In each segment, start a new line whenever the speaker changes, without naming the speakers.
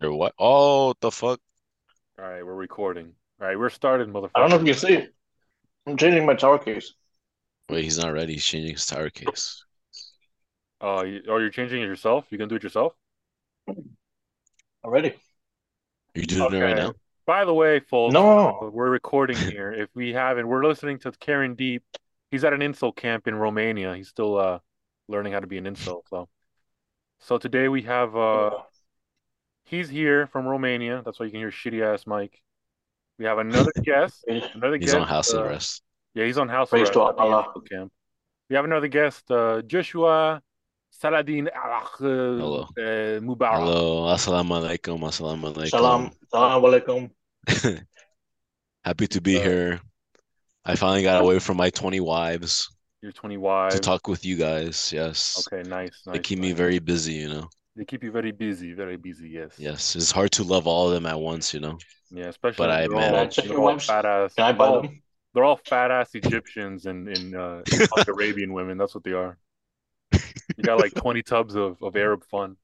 Your what? Oh, the fuck?
All right, we're recording. All right, we're starting, motherfucker.
I don't know if you can see it. I'm changing my tower case.
Wait, he's not ready. He's changing his tire case.
Oh, you, oh, you're changing it yourself? You gonna do it yourself?
Already.
Are you doing it right
Okay.
now?
By the way,
Oh.
folks,
No.
we're recording here. If we haven't, we're listening to Karen Deep. He's at an insult camp in Romania. He's still uh learning how to be an insult. So, so today we have uh he's here from Romania. That's why you can hear shitty ass Mike. We have another guest. Another
He's
guest.
on house
uh,
arrest.
Yeah, he's on house
Praise
arrest.
to
at the
Allah.
Interpol camp. We have another guest, uh, Joshua Saladin Al
Hello.
uh, Mubarak.
Hello. Assalamu alaikum. Assalamu alaikum.
Salam. Salam alaikum.
Happy to be
Uh,
here. I finally got away from my 20 wives
You're 20 wide.
to talk with you guys. Yes.
Okay, nice,
They
nice,
keep me
nice.
very busy, you know.
They keep you very busy, very busy. Yes.
Yes. It's hard to love all of them at once, you know.
Yeah, especially
But I
they're all-
manage.
they're all fat ass.
Can I buy
they're all-
them?
They're all fat ass Egyptians and in uh, in Saudi Arabian women. That's what they are. You got like 20 tubs of, of Arab fun,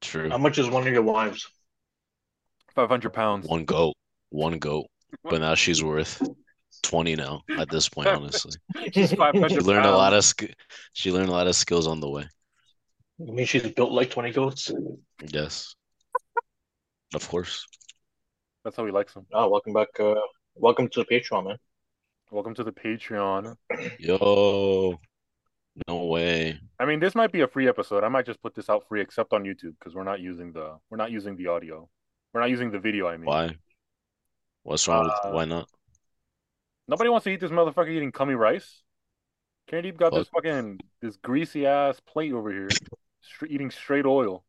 True.
How much is one of your wives?
500 pounds.
One goat. One goat. But now she's worth 20 now at this point, honestly. She
500
learned a
pounds.
lot of sk she learned a lot of skills on the way.
I mean, she's built like 20 goats.
Yes. Of course.
That's how he likes them.
Ah, welcome back. Uh, welcome to the Patreon, man.
Welcome to the Patreon.
Yo. No way.
I mean, this might be a free episode. I might just put this out free, except on YouTube, because we're not using the we're not using the audio. We're not using the video. I mean,
Why? What's wrong with
Uh,
why not?
nobody wants to eat this motherfucker eating cummy rice. Candy got this fucking this greasy ass plate over here, str- eating straight oil.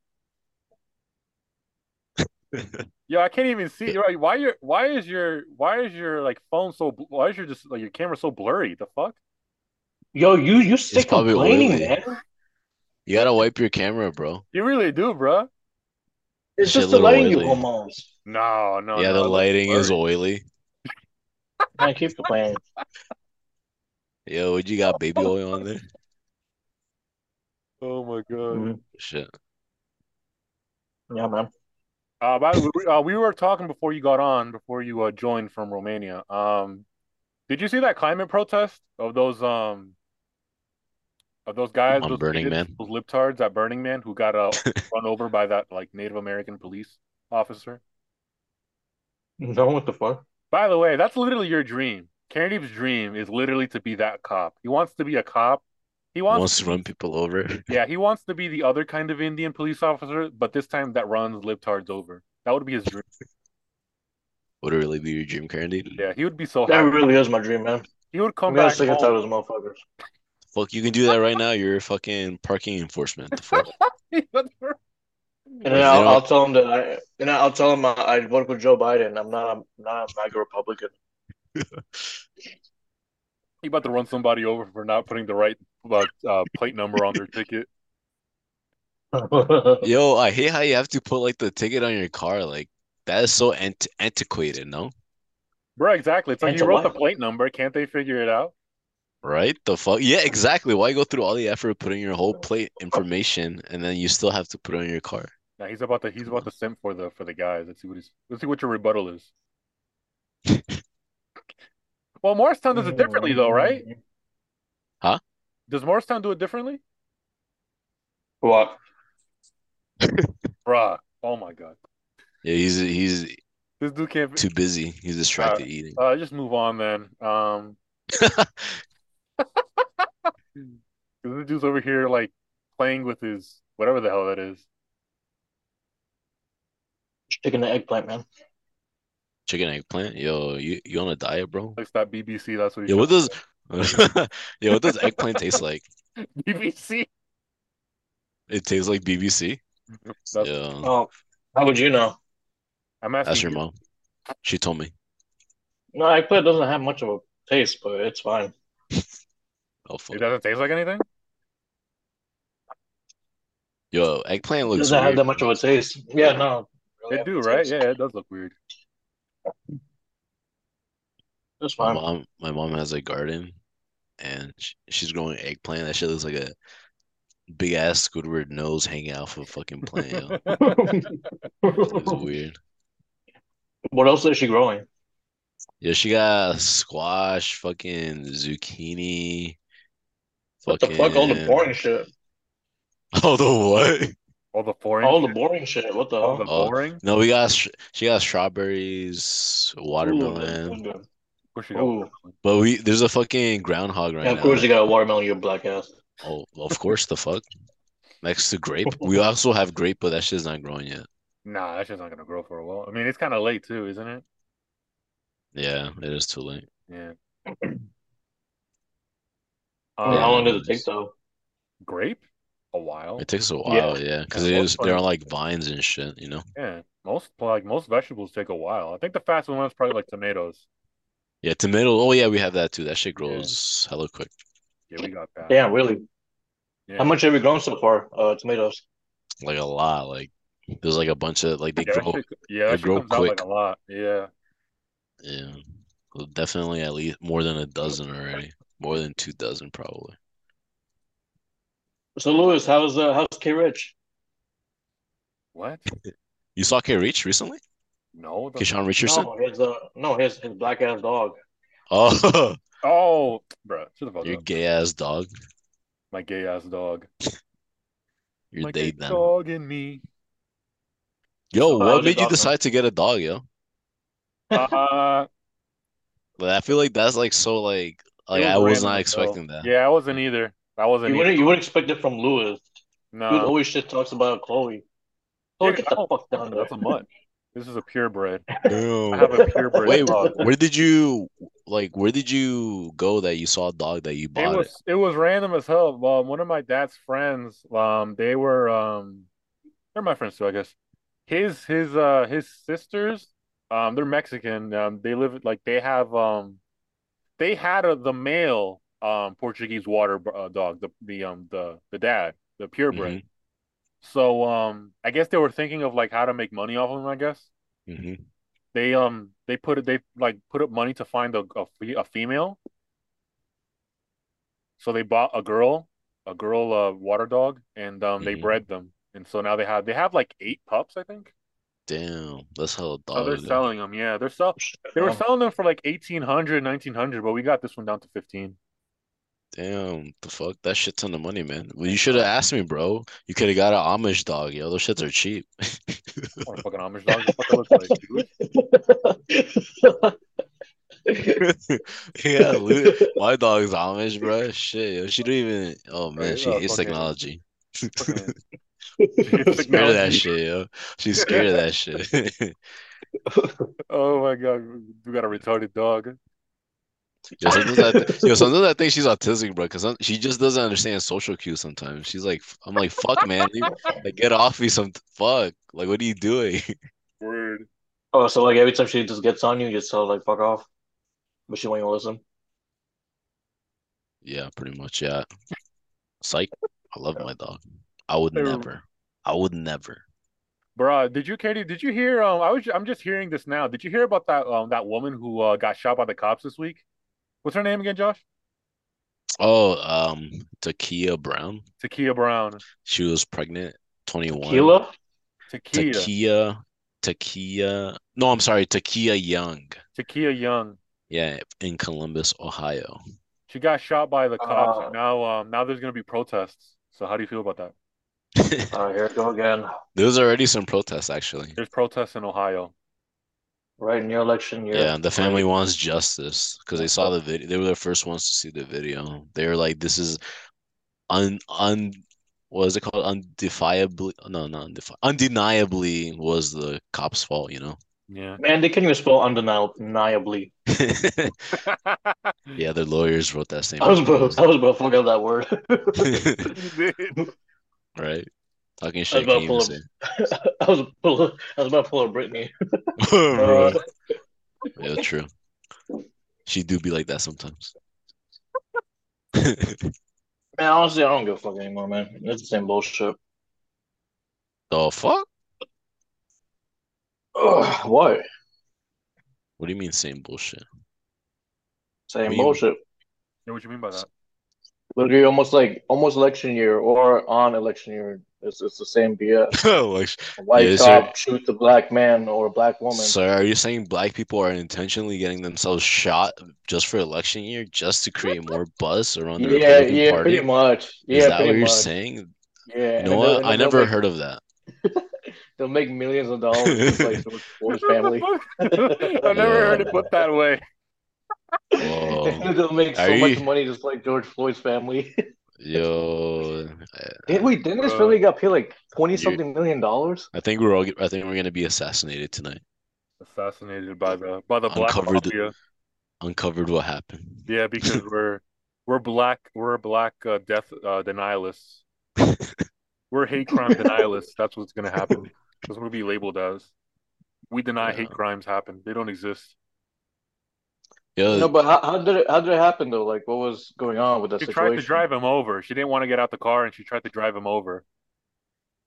Yo, I can't even see. Right? Why your why is your why is your like phone so bl- why is your just like your camera so blurry? The fuck?
Yo, you you stay
probably
complaining,
oily.
man.
You gotta wipe your camera, bro.
You really do, bruh.
It's
Shit
just the
little
lighting you
oily.
almost.
No, no.
Yeah,
no,
the
it looks
lighting is
blurry.
oily.
I keep complaining.
Yo, what you got baby oil on there?
Oh my god.
Mhm.
Shit.
Yeah, man.
Uh, by the way, we- uh, we were talking before you got on, before you uh, joined from Romania. Um, did you see that climate protest of those um of those guys,
On
those
Burning
idiots,
Man?
those libtards at Burning Man who got uh, run over by that like Native American police officer?
No, what the fuck?
By the way, that's literally your dream. Kennedy's dream is literally to be that cop. He wants to be a cop. He wants,
Wants to run people over.
yeah, he wants to be the other kind of Indian police officer, but this time that runs libtards over. That would be his dream.
Would it really be your dream, Candy?
Yeah, he would be so
That
happy.
really is my dream, man.
He would come
I'm gonna
back
stick it
home.
to those motherfuckers.
Fuck, you can do that right now. You're a fucking parking enforcement. The fuck?
And
Like,
then
they
I'll,
don't-
I'll tell him that I and then I'll tell him I, I voted for Joe Biden. I'm not a not a MAGA Republican.
You about to run somebody over for not putting the right uh, uh, plate number on their ticket.
Yo, I hate how you have to put like the ticket on your car. Like that is so ant antiquated, no?
Bro, exactly. It's like
That's
you
a
wrote the
lot.
plate number. Can't they figure it out?
Right? The fuck? Yeah, exactly. Why go through all the effort of putting your whole plate information and then you still have to put it on your car?
Now he's about to he's about to simp for the for the guys. Let's see what he's let's see what your rebuttal is. Well, Morristown does it differently though,
Mm.
right? Does Morristown do it differently?
What?
Bruh. Oh my god.
Yeah, he's he's
This dude can't
too busy. He's distracted eating.
uh just move on then. Um this dude's over here like playing with his whatever the hell that is.
Chicken and eggplant, man.
Chicken eggplant? Yo, you you on a diet, bro?
Like that BBC, that's what he's
Yo, what does yo, what does eggplant taste like?
BBC.
It tastes like BBC.
That's-
Yo,
Oh, how would you know?
I'm asking
that's your
you.
mom. She told me.
No, eggplant doesn't have much of a taste, but it's fine.
Oh
It
fuck.
doesn't taste like anything?
Yo, eggplant
It
looks
doesn't have
weird.
that much of a taste. Yeah, no.
It do, right? Yeah, it does look weird.
That's
My
fine.
mom, my mom has a garden, and sh she's growing eggplant. That shit looks like a big ass Squidward nose hanging off of a fucking plant. Yo. It was weird.
What else is she growing?
Yeah, she got squash, fucking zucchini.
What the fuck? All the
fucking-
boring shit.
All the what?
All the foreign.
All the
shit,
boring shit. What the
all the
hell?
Oh,
boring.
No, we got str- she got strawberries, watermelon,
Ooh, that's good.
Of course you got
Ooh.
watermelon.
but we there's a fucking groundhog right
Yeah, of
now.
course you got a watermelon, you black ass.
Oh, of course, the fuck. Next to grape, we also have grape, but that shit's not growing yet.
Nah, that shit's not gonna grow for a while. I mean, it's kind of late too, isn't it?
Yeah, it is too late.
Yeah.
Yeah.
How long
Um,
does it take though?
grape? A while.
It takes a while, yeah, because
Yeah,
it
most
is they're
part-
on like vines and shit, you know.
Yeah, most like most vegetables take a while. I think the fastest one is probably like tomatoes.
Yeah, tomato. Oh yeah, we have that too. That shit grows hella quick.
Yeah, we got that.
Damn, really?
Yeah.
How much have you grown so far? Uh, tomatoes.
Like a lot. Like there's like a bunch of like they
Yeah, that
grow.
shit- yeah, that
they
shit
grow
comes out like
quick.
a lot. Yeah,
Yeah, Well, definitely at least more than a dozen already. More than two dozen probably.
So Lewis, how's uh, how's K Rich?
what?
You saw K Reach recently?
No, the-
Keshawn Richardson?
No, his uh, no, his his black ass dog.
Oh,
oh, bro, shut the fuck
your
up.
gay ass dog.
My gay ass dog.
Your
My
day
gay
then.
dog and me.
Yo,
Biology
what made you
dog, huh?
decide to get a dog, yo?
Uh,
Like, I feel like that's like so like like
was
I was
random
not
as hell.
expecting that.
yeah, I wasn't either. I wasn't
You
either.
wouldn't you would expect it from Lewis. Dude
No,
always shit talks about Chloe. Chloe,
Dude,
get the
Uh. oh,
fuck down there.
that's a mutt. This is a purebred. I
Ew.
have a purebred
Wait,
dog.
where did you like where did you go that you saw a dog that you
It
bought it?
was it was random as hell. Um, one of my dad's friends, um, they were um, they're my friends too, I guess. His his uh his sisters, um, they're Mexican. Um, they live like they have um, they had a, the male um Portuguese water uh, dog, the the um the the dad, the purebred.
Mm-hmm.
So um, I guess they were thinking of like how to make money off of him. I guess
hmm
they um they put it they like put up money to find a a, fe- a female. So they bought a girl, a girl uh, water dog, and um they
Mhm.
bred them, and so now they have they have like eight pups, I think.
Damn, that's how a
So Oh, they're
dog. is.
selling them. Yeah, they're sell they
Oh.
were selling them for like 1800, 1900, but we got this one down to fifteen.
Damn, the fuck? That shit's ton of money, man. Well, you should have asked me, bro. You could have got an Amish dog, yo. Those shits are cheap.
What a fucking Amish dog. What the fuck I look like, dude?
Yeah, Lu- my dog's Amish, bro. Shit, yo. She don't even. Oh man,
Right,
she
uh,
hates
fucking-
technology.
Fucking-
She's scared of that
Technology.
shit, yo. She's scared of that shit.
Oh my god, we got a retarded dog.
Yo, sometimes I, th- yo, sometimes I think she's autistic, bro, because she just doesn't understand social cues sometimes. She's like, f- I'm like, fuck, man, leave- like, get off me some fuck. Like, what are you doing?
Word.
Oh, so like every time she just gets on you, you just tell her like fuck off. But she won't even listen.
Yeah, pretty much. Yeah. Psych. I love my dog. I would
They're-
never. I would never.
Bruh, did you, Katie? Did you hear? Um, I was. I'm just hearing this now. Did you hear about that? Um, that woman who uh, got shot by the cops this week. What's her name again, Josh?
Oh, um, Takia Brown.
Takia Brown.
She was pregnant, 21.
Keela?
Takia.
Takia. Takia. No, I'm sorry. Takia Young.
Takia Young.
Yeah, in Columbus, Ohio.
She got shot by the cops.
Uh.
and now, um, now there's gonna be protests. So how do you feel about that?
All right, here we go again.
There was already some protests, actually.
There's protests in Ohio.
Right in your election year.
Yeah, the family wants justice because they saw the video. They were the first ones to see the video. They were like, "This is un un what is it called? Undefiably no, not undefi undeniably was the cop's fault." You know?
Yeah.
Man, they can't even spell undeniably.
Yeah, their lawyers wrote that same
I was about, I
proposal,
was about to fuck up that word.
right? Talking shit,
about
can't
full
even
of-
say.
I was pull, I was about to pull a Britney.
Bro. Yeah, true. She do be like that sometimes.
Man, honestly, I don't give a fuck anymore, man. It's the same bullshit.
The fuck?
Ugh, what?
What do you mean same bullshit?
Same
Meme.
bullshit.
Yeah, what you mean by that?
Literally, almost like almost election year or on election year, it's it's the same BS.
like,
A white
Yeah, sir.
cop shoots a black man or a black woman.
sir, are you saying black people are intentionally getting themselves shot just for election year, just to create more buzz around the
yeah,
Republican
yeah,
Party?
pretty much. Yeah,
Is that
pretty
what you're
much.
saying?
Yeah,
You
and
know
they'll-
what?
and
I
they'll
never
make-
heard of that.
They'll make millions of dollars just like George Floyd's family.
I never heard it put that way.
Whoa.
They'll make so
Are
much
you-
money just like George Floyd's family.
Yo,
Did wait, didn't this
Uh,
family got paid like twenty
you-
something million dollars?
I think we're all. I think we're gonna be assassinated tonight.
Assassinated by the by the black
Uncovered the-
mafia.
Uncovered what happened.
Yeah, because we're we're black we're black uh, death uh, denialists. we're hate crime denialists. That's what's gonna happen. That's what we'll be labeled as. We deny
Yeah.
hate crimes happen. They don't exist.
Yo,
No, but how, how did it how did it happen though? Like what was going on with that
She
situation?
tried to drive him over. She didn't want to get out the car, and she tried to drive him over.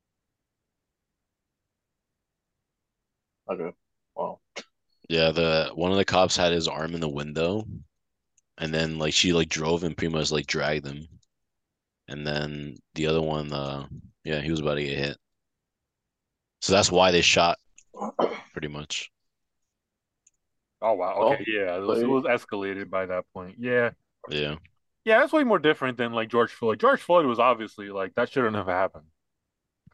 Okay. Wow.
yeah, the one of the cops had his arm in the window, and then like she like drove and pretty much like dragged him, and then the other one, uh, yeah, he was about to get hit. So that's why they shot, pretty much.
Oh wow.
Oh.
Okay. yeah, it was, it was escalated by that point. Yeah.
Yeah,
Yeah, that's way more different than like George Floyd. George Floyd was obviously like that shouldn't have happened.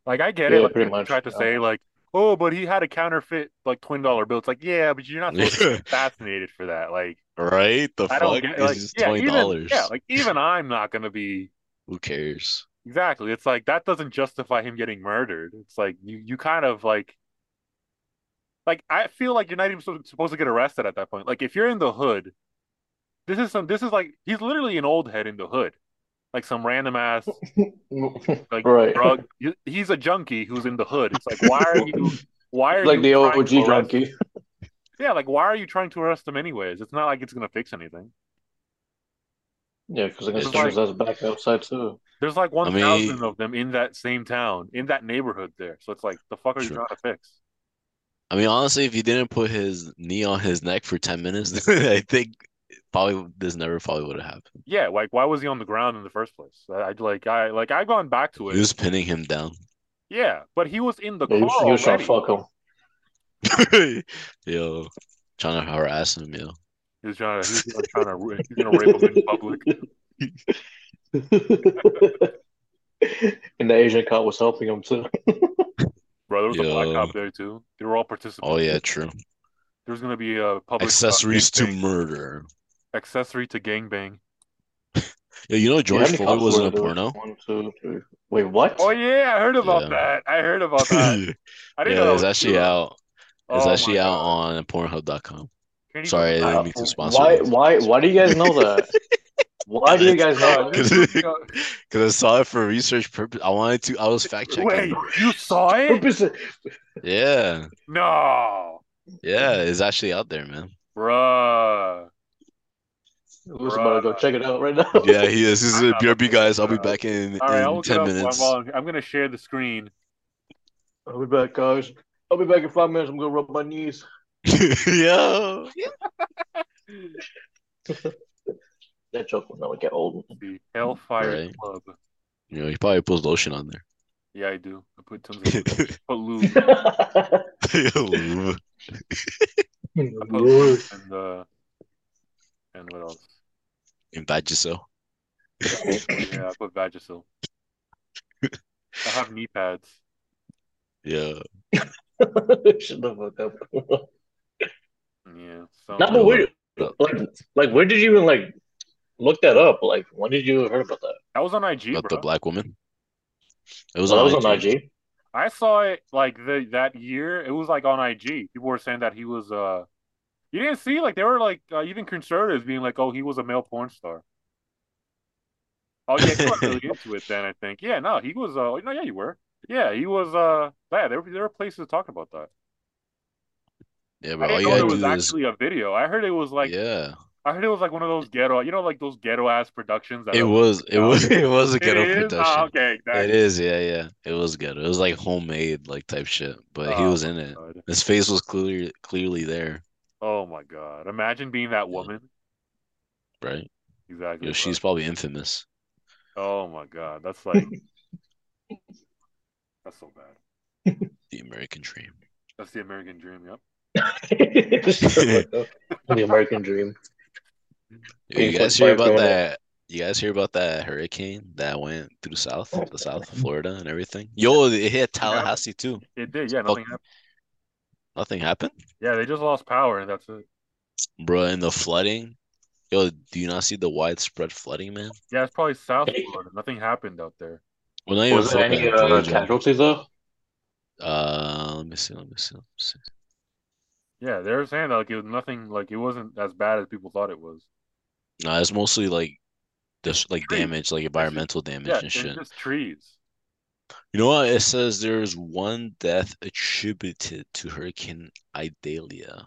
Like I get it.
Yeah,
Like,
pretty
people
much,
tried to
yeah.
say like, oh, but he had a counterfeit like twenty dollar bill. It's like, yeah, but you're not supposed to be assassinated for that. Like
right? The
I don't
fuck?
get
It's
like
just
yeah,
twenty
even,
dollars.
yeah, like even I'm not gonna be
Who cares?
exactly. It's like that doesn't justify him getting murdered. It's like you you kind of like like I feel like you're not even so- supposed to get arrested at that point. Like if you're in the hood, this is some this is like he's literally an old head in the hood, like some random ass. like
Right.
drug. he- He's a junkie who's in the hood. It's like why are you? Why are
Like
you
the
trying
OG
to arrest-
junkie.
Yeah, like why are you trying to arrest him anyways? It's not like it's gonna fix anything.
Yeah, because I guess
It's
George has back outside too.
There's like one
mean-
thousand of them in that same town, in that neighborhood there. So it's like the fuck are you
True.
trying to fix?
I mean, honestly, if you didn't put his knee on his neck for 10 minutes, I think probably this never probably would have happened.
Yeah, like why was he on the ground in the first place? I I'd like I like I've gone back to
He
it.
was pinning him down.
Yeah, but he was in the
Yeah,
car
you, you shall
already.
fuck him.
Yo, trying to harass him, yo.
He was trying to he was trying to ra- he was gonna rape him in public.
and the Asian cop was helping him too.
Bro, there was a black
Yeah.
cop there too. They were all participants.
Oh yeah, true.
There's gonna be a public uh,
Accessories to
gangbang.
murder.
accessory to gangbang.
Yo, you know
Yeah, how
George
many
Floyd
cops
was
were
in a
there?
porno?
One, two, three. Wait, what?
Oh yeah, I heard about
Yeah.
that. I heard about that.
Yeah,
I didn't know that
it's
was
actually
true.
out. It's
Oh, my
actually out
God.
on Pornhub.com.
Can you
Sorry, I
believe
didn't
that?
mean to sponsor.
Why?
this.
Why? Why do you guys know that? Why do you guys know? that?
'Cause-
Wait,
Because I saw it for research purpose. I wanted to. I was fact checking.
Wait, you saw it?
Purpose-
Yeah,
No,
yeah, it's actually out there, man.
bruh.
I'm just about to go check it out right now.
Yeah, he is. This is
I'm
a
not
BRB, guys. I'll be
looking
back in,
All right, I'll
in
look it
10
up while I'm
minutes.
on- I'm gonna share the screen.
I'll be back, guys. I'll be back in five minutes. I'm gonna rub my knees.
Yo.
That joke will never get old.
The Hellfire
Right.
Club.
You know, he probably puts lotion on there.
Yeah, I do. I put tons of put lube.
Yo.
I put lube and uh, and what else?
Invite yourself.
Yeah, I put Vagisil. I have knee pads.
Yeah.
Shut the fuck up.
Yeah. So
Not but where, like, like where did you even like look that up? Like, when did you heard about that?
that was on IG,
Not
bro.
the black woman. It was
Well, that
on
was on
IG.
IG.
I saw it like the that year. It was like on IG. People were saying that he was uh you didn't see like they were like uh, even conservatives being like, "Oh, he was a male porn star." Oh yeah, you weren't really into it then, I think. Yeah, no, he was uh no, yeah, you were. Yeah, he was uh yeah, there were there were places talking about that.
Yeah,
I
bro. All
didn't
you
know there
gotta
was
do is
actually a video. I heard it was like
yeah.
I heard it was like one of those ghetto you know like those ghetto ass productions that
It
are-
was. It
uh,
was. It was a
It
ghetto
is?
production.
Ah, okay,
It
exactly.
is. Yeah, yeah. It was good. It was like homemade, like type shit. But he
Oh
was
my
in it.
God.
His face was clear, clearly there,
Oh my god. Imagine being that woman.
right?
Exactly.
Yo,
bro.
she's probably infamous.
Oh my god, that's like that's so bad.
The American dream.
That's the American dream. Yep.
the American dream.
Yo, you
Eight
guys
point
hear
five
about
going up.
that? You guys hear about that hurricane that went through south, the south of Florida and everything? Yo, it hit Tallahassee too.
It did. Yeah,
Fuck.
nothing happened.
Nothing happened,
Yeah, they just lost power, and that's it.
bro. And the flooding. Yo, do you not see the widespread flooding, man?
Yeah, it's probably South Florida. Nothing happened out there.
Well, not even
Was there
Florida,
any uh,
Georgia.
casualties though?
Uh, let me see. Let me see. Let me see.
Yeah, they were saying that like it was nothing. Like it wasn't as bad as people thought it was.
No, it's mostly like just like
Trees.
damage, like environmental damage
Yeah, it
and
was
shit.
just trees.
You know what? It says there's one death attributed to Hurricane Idalia.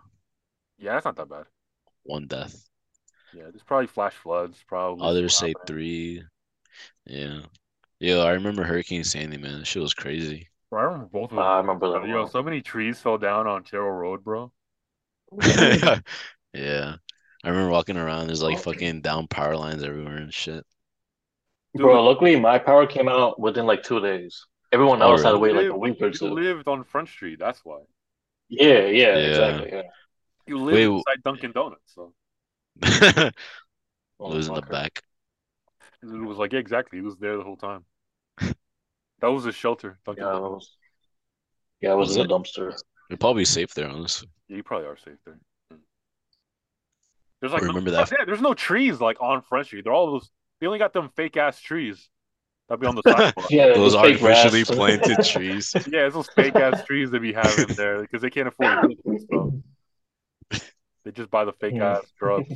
Yeah, that's not that bad.
One death.
Yeah, there's probably flash floods. Probably
Others say
happening.
three. Yeah. Yo, I remember Hurricane Sandy, man. That shit was crazy.
Bro, I remember both of
Uh, I
them.
remember that.
Yo,
one.
so many trees fell down on Terrell Road, bro.
Yeah. I remember walking around, there's like
Oh.
fucking down power lines everywhere and shit.
Bro, luckily my power came out within like two days. Everyone
Oh,
else had to
really?
wait like
You
a week or
You
two.
lived on Front Street. That's why.
Yeah,
Yeah.
yeah, exactly. Yeah.
You
Wait,
lived
w-
inside Dunkin' Donuts. So
Oh,
Losing the
fucker.
back.
it was like, yeah, exactly. He was there the whole time. That was a shelter. Dunkin'
Yeah, I
Donuts.
was, yeah, I was
Was
in
it?
the dumpster.
You're probably safe there, honestly.
Yeah, you probably are safe there. Mm. There's like
I
no-
remember that.
yeah, there's no trees like on Front Street. They're all those. They only got them fake ass trees that be on the sidewalk.
Yeah, it
Those
was fake grass.
artificially planted trees.
yeah, it's those fake ass trees that we have in there because they can't afford to build them, so they just buy the fake
Yeah.
ass drugs.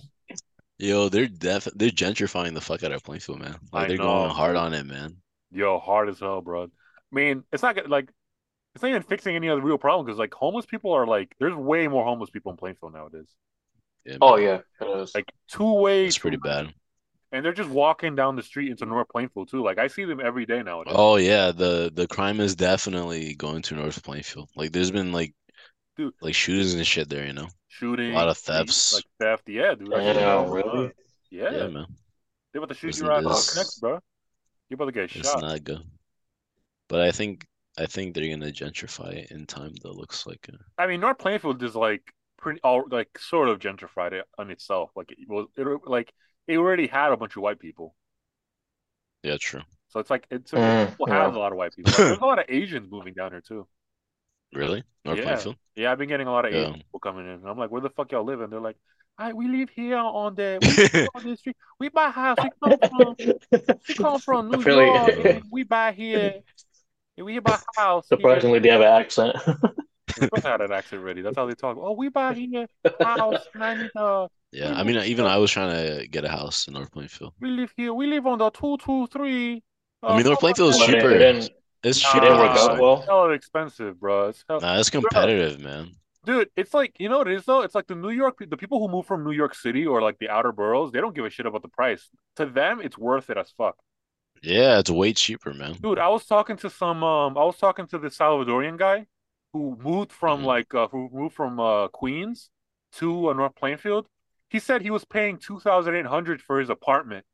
Yo, they're def they're gentrifying the fuck out of Plainfield, man. Like
I
they're going
know.
hard on it, man.
Yo, hard as hell, bro. I mean, it's not gonna- like it's not even fixing any other real problem because like homeless people are like there's way more homeless people in Plainfield nowadays.
Yeah,
Oh
man.
yeah, it is.
Like two way,
It's pretty bad.
and they're just walking down the street into North Plainfield too. Like I see them every day nowadays.
Oh yeah, the the crime is definitely going to North Plainfield. Like there's been like
Dude.
like shootings and shit there, you know.
shooting,
lot of
thieves,
thefts.
like theft. Yeah, dude. Like,
Damn,
yeah,
really?
Yeah,
Yeah, man.
they about to shoot
It's-
you right
it's-
next, bro. You about to get
It's
shot.
not good. But I think I think they're gonna gentrify it in time though. Looks like uh,
I mean, North Plainfield is like pretty, all like sort of gentrified it on itself. Like it was, it like it already had a bunch of white people,
yeah, true.
so it's like it's
Mm,
people
yeah.
has a lot of white people. Like, there's a lot of Asians moving down here too.
Really? North
Yeah.
Plainfield?
Yeah, I've been getting a lot of Asian
Yeah.
people coming in. And I'm like, where the fuck y'all live? And they're like, I we live here on the we live on this street. We buy house. We come from we come from New
Apparently-
York. and we buy here. And we buy house. here."
Surprisingly, they have an accent.
They must have had an accent already. That's how they talk. Oh, we buy here house. ninety, uh,
Yeah. I mean, even I was trying to get a house in North Plainfield.
we live here. We live on the two uh, two three.
I mean, North Plainfield is
But it
cheaper.
didn't,
It's
Nah.
it
cheaper
didn't work
on the
out
side.
well.
Hell expensive, bro. It's hell-
Nah, it's competitive, man.
Dude, it's like you know what it is though? It's like the New York the people who move from New York City or like the outer boroughs, they don't give a shit about the price. To them, it's worth it as fuck.
Yeah, it's way cheaper, man.
Dude, I was talking to some um I was talking to this Salvadorian guy who moved from
Mm-hmm.
Mhm.
like uh who moved from uh Queens to uh, North Plainfield. He said he was paying 2,800 for his apartment.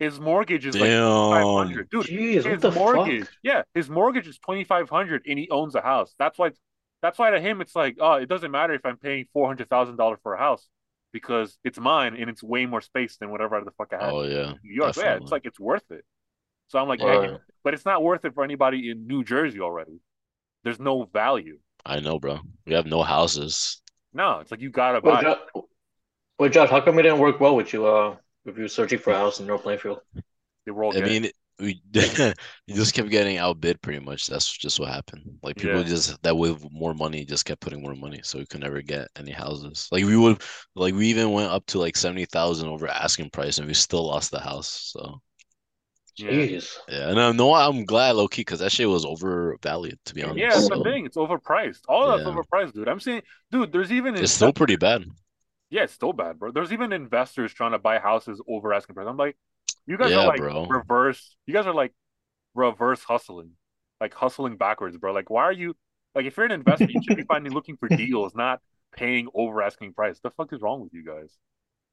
His mortgage is like
Damn.
500. Dude,
Jeez, what
his
the
mortgage,
fuck?
yeah, his mortgage is 2,500 and he owns a house. That's why that's why to him it's like, oh, it doesn't matter if I'm paying $400,000 for a house because it's mine and it's way more space than whatever the fuck I had.
Oh yeah.
New York. Yeah,
Definitely.
it's like it's worth it. So I'm like, yeah,
Right.
but it's not worth it for anybody in New Jersey already. There's no value.
I know, bro. We have no houses.
No, it's like you gotta
Wait,
buy. it.
Jo- wait, Josh, how come it didn't work well with you? Uh, if you were searching for a house in North Plainfield.
They were all
I
gay.
mean, we we just kept getting outbid pretty much. That's just what happened. Like people
Yeah.
just that with more money just kept putting more money, so we could never get any houses. Like we would, like we even went up to like 70,000 over asking price and we still lost the house. So
yeah.
Jeez.
yeah, and I know I'm glad low key because that shit was overvalued to be honest.
Yeah, that's the
So,
thing. It's overpriced. All that's
Yeah.
overpriced, dude. I'm saying, dude, there's even
it's still
invest-
pretty bad.
yeah, it's still bad, bro. There's even investors trying to buy houses over asking price. I'm like, you guys
Yeah,
are like
bro.
reverse. You guys are like reverse hustling, like hustling backwards, bro. Like, why are you like if you're an investor, you should be finding looking for deals, not paying over asking price. The fuck is wrong with you guys?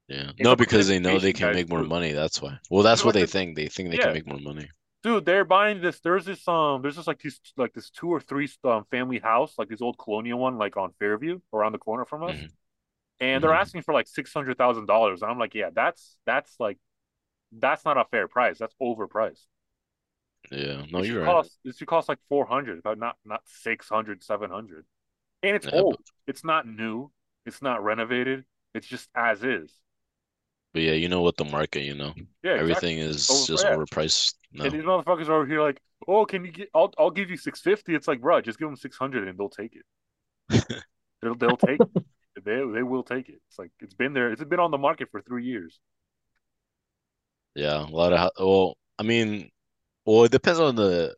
Yeah.
It's
No,
a
because they know they
representation,
can
guys,
make more
too.
money. That's why. Well, that's
know
what
what
they
the-
think. They think they
Yeah.
can make more money.
Dude, they're buying this. There's this um, there's this like these like this two or three um family house, like this old colonial one, like on Fairview, around the corner from us,
Mhm.
and they're
Mhm.
asking for like six hundred thousand dollars. And I'm like, yeah, that's that's like that's not a fair price. That's overpriced.
Yeah. No,
it should
Oh, you're right.
cost it should cost like four hundred, but not not 600, 700. And it's
Yeah, but-
old. It's not new. It's not renovated. It's just as is.
But yeah, you know what the market, you know.
Yeah, exactly.
Everything is
Over-
just
yeah.
overpriced now.
And these motherfuckers are over here like, oh, can you get? I'll I'll give you six fifty. It's like, bro, just give them six hundred and they'll take it. they'll they'll take it. They they will take it. It's like it's been there. It's been on the market for three years.
Yeah, a lot of hou- well, I mean, well, it depends on the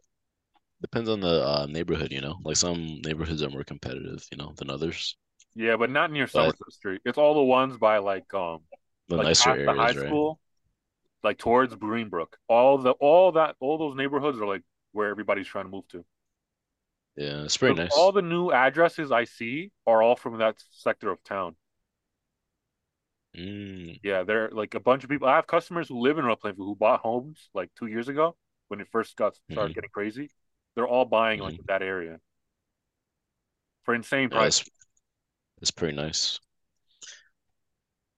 depends on the uh, neighborhood, you know. Like some neighborhoods are more competitive, you know, than others.
Yeah, but not near
But-
Somerset Street. It's all the ones by like um
The
like
nicer
past the high
areas, right?
school, like towards Greenbrook. All the all that all those neighborhoods are like where everybody's trying to move to.
Yeah, it's pretty
Look,
nice.
All the new addresses I see are all from that sector of town.
Mm,
Yeah, they're like a bunch of people. I have customers who live in North Plainfield who bought homes like two years ago when it first got started
Mhm.
getting crazy. They're all buying like
Mm-hmm.
in that area for insane
yeah,
prices.
it's it's pretty nice.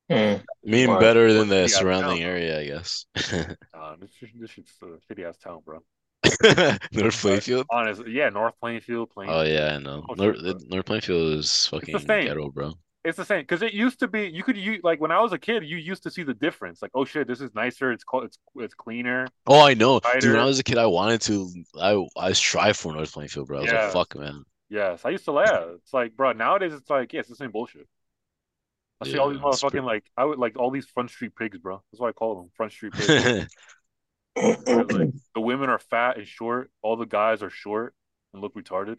Hmm.
I mean,
Well,
better than the
yeah, it's
surrounding
down.
area, I guess.
Uh, this shit- this shit's a shitty ass town, bro.
North Plainfield.
Honestly, yeah, North Plainfield,
Oh
Plainfield.
yeah, I know.
Oh,
North
shit, bro.
North Plainfield is fucking
same.
ghetto, bro.
It's the same because it used to be you could you like when I was a kid, you used to see the difference. Like, oh shit, this is nicer. It's called it's it's cleaner.
Oh, I know, dude. When
Spider.
I was a kid, I wanted to. I I strive for North Plainfield, bro. I was
Yeah.
like, fuck, man.
Yes, I used to laugh. It's like, bro, nowadays it's like, yeah, it's the same bullshit. I see all these
Yeah, it's
motherfucking
pretty-
like I would like all these front street pigs, bro. That's what I call them, front street pigs.
Yeah,
They're like, the women are fat and short. All the guys are short and look retarded.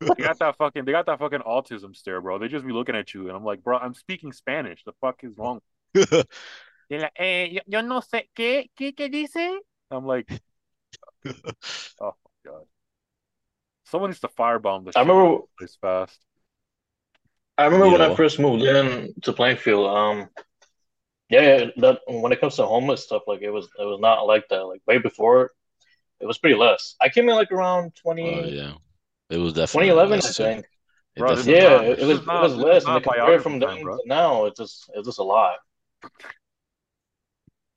They got that fucking they got that fucking autism stare, bro. They just be looking at you, and I'm like, bro, I'm speaking Spanish. The fuck is wrong? They're like, eh, yo, yo no sé qué, qué, qué dice. I'm like, someone needs to firebomb the
I
shit
remember
this fast.
I remember when I
Yeah.
first moved in to Plainfield. Um, yeah, that when it comes to homeless stuff, like it was it was not like that. Like way before, it was pretty less. I came in like around 20,
Oh yeah, it was definitely
2011, I
less, too.
think.
It
Bro, this is
definitely
Yeah,
not-
it,
this
was
is
it
not-
was
this is
less.
not
And to compare
biography
from
time,
then
bro.
to now, it's just it's just a lot.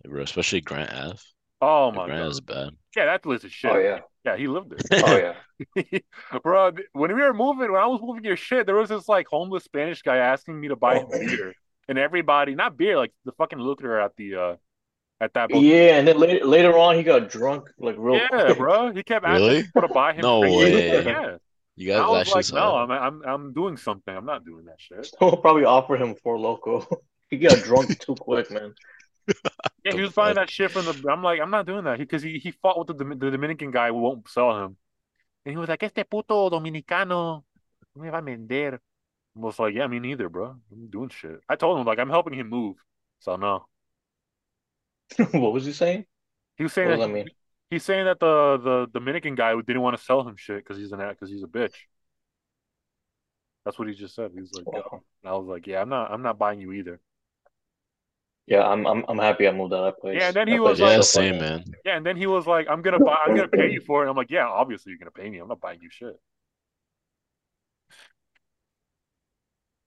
bro, especially Grant F.
Oh
Like,
my
Grant
god,
is bad.
yeah, that list is shit.
Oh yeah,
yeah, he lived there.
oh yeah.
Bro, th- when we were moving, when I was moving your shit, there was this like homeless Spanish guy asking me to buy
Oh.
him beer, and everybody, not beer, like the fucking looker at the uh at that book.
Yeah, and then later later on, he got drunk like real
Yeah,
quick.
bro, he kept asking
Really?
me to buy him.
No
drinks.
way.
Yeah,
You
And
guys
I was
actually
like, no,
saw
I'm I'm I'm doing something. I'm not doing that shit.
We'll probably offer him four loco. He got drunk too quick, man.
Yeah, he
The
was buying
fuck?
that shit from the. I'm like, I'm not doing that because he, he fought with the, Dom- the Dominican guy who won't sell him, and he was like, "Este puto dominicano no me va a vender." I was like, "Yeah, me neither, bro. I'm doing shit." I told him like I'm helping him move, so no.
What was he saying?
He was
What
saying
does
that
that mean?
he's saying that the the Dominican guy who didn't want to sell him shit because he's an because he's a bitch. That's what he just said. He's like, "Yo," and I was like, "Yeah, I'm not I'm not buying you either."
Yeah, I'm I'm I'm happy I moved out of that place.
Yeah, and then he
That
was
it.
place
Yeah,
like-
is so
same
fucking-
man.
Yeah, and then he was like, "I'm gonna buy I'm gonna pay you for it." I'm like, "Yeah, obviously you're gonna pay me. I'm not buying you shit."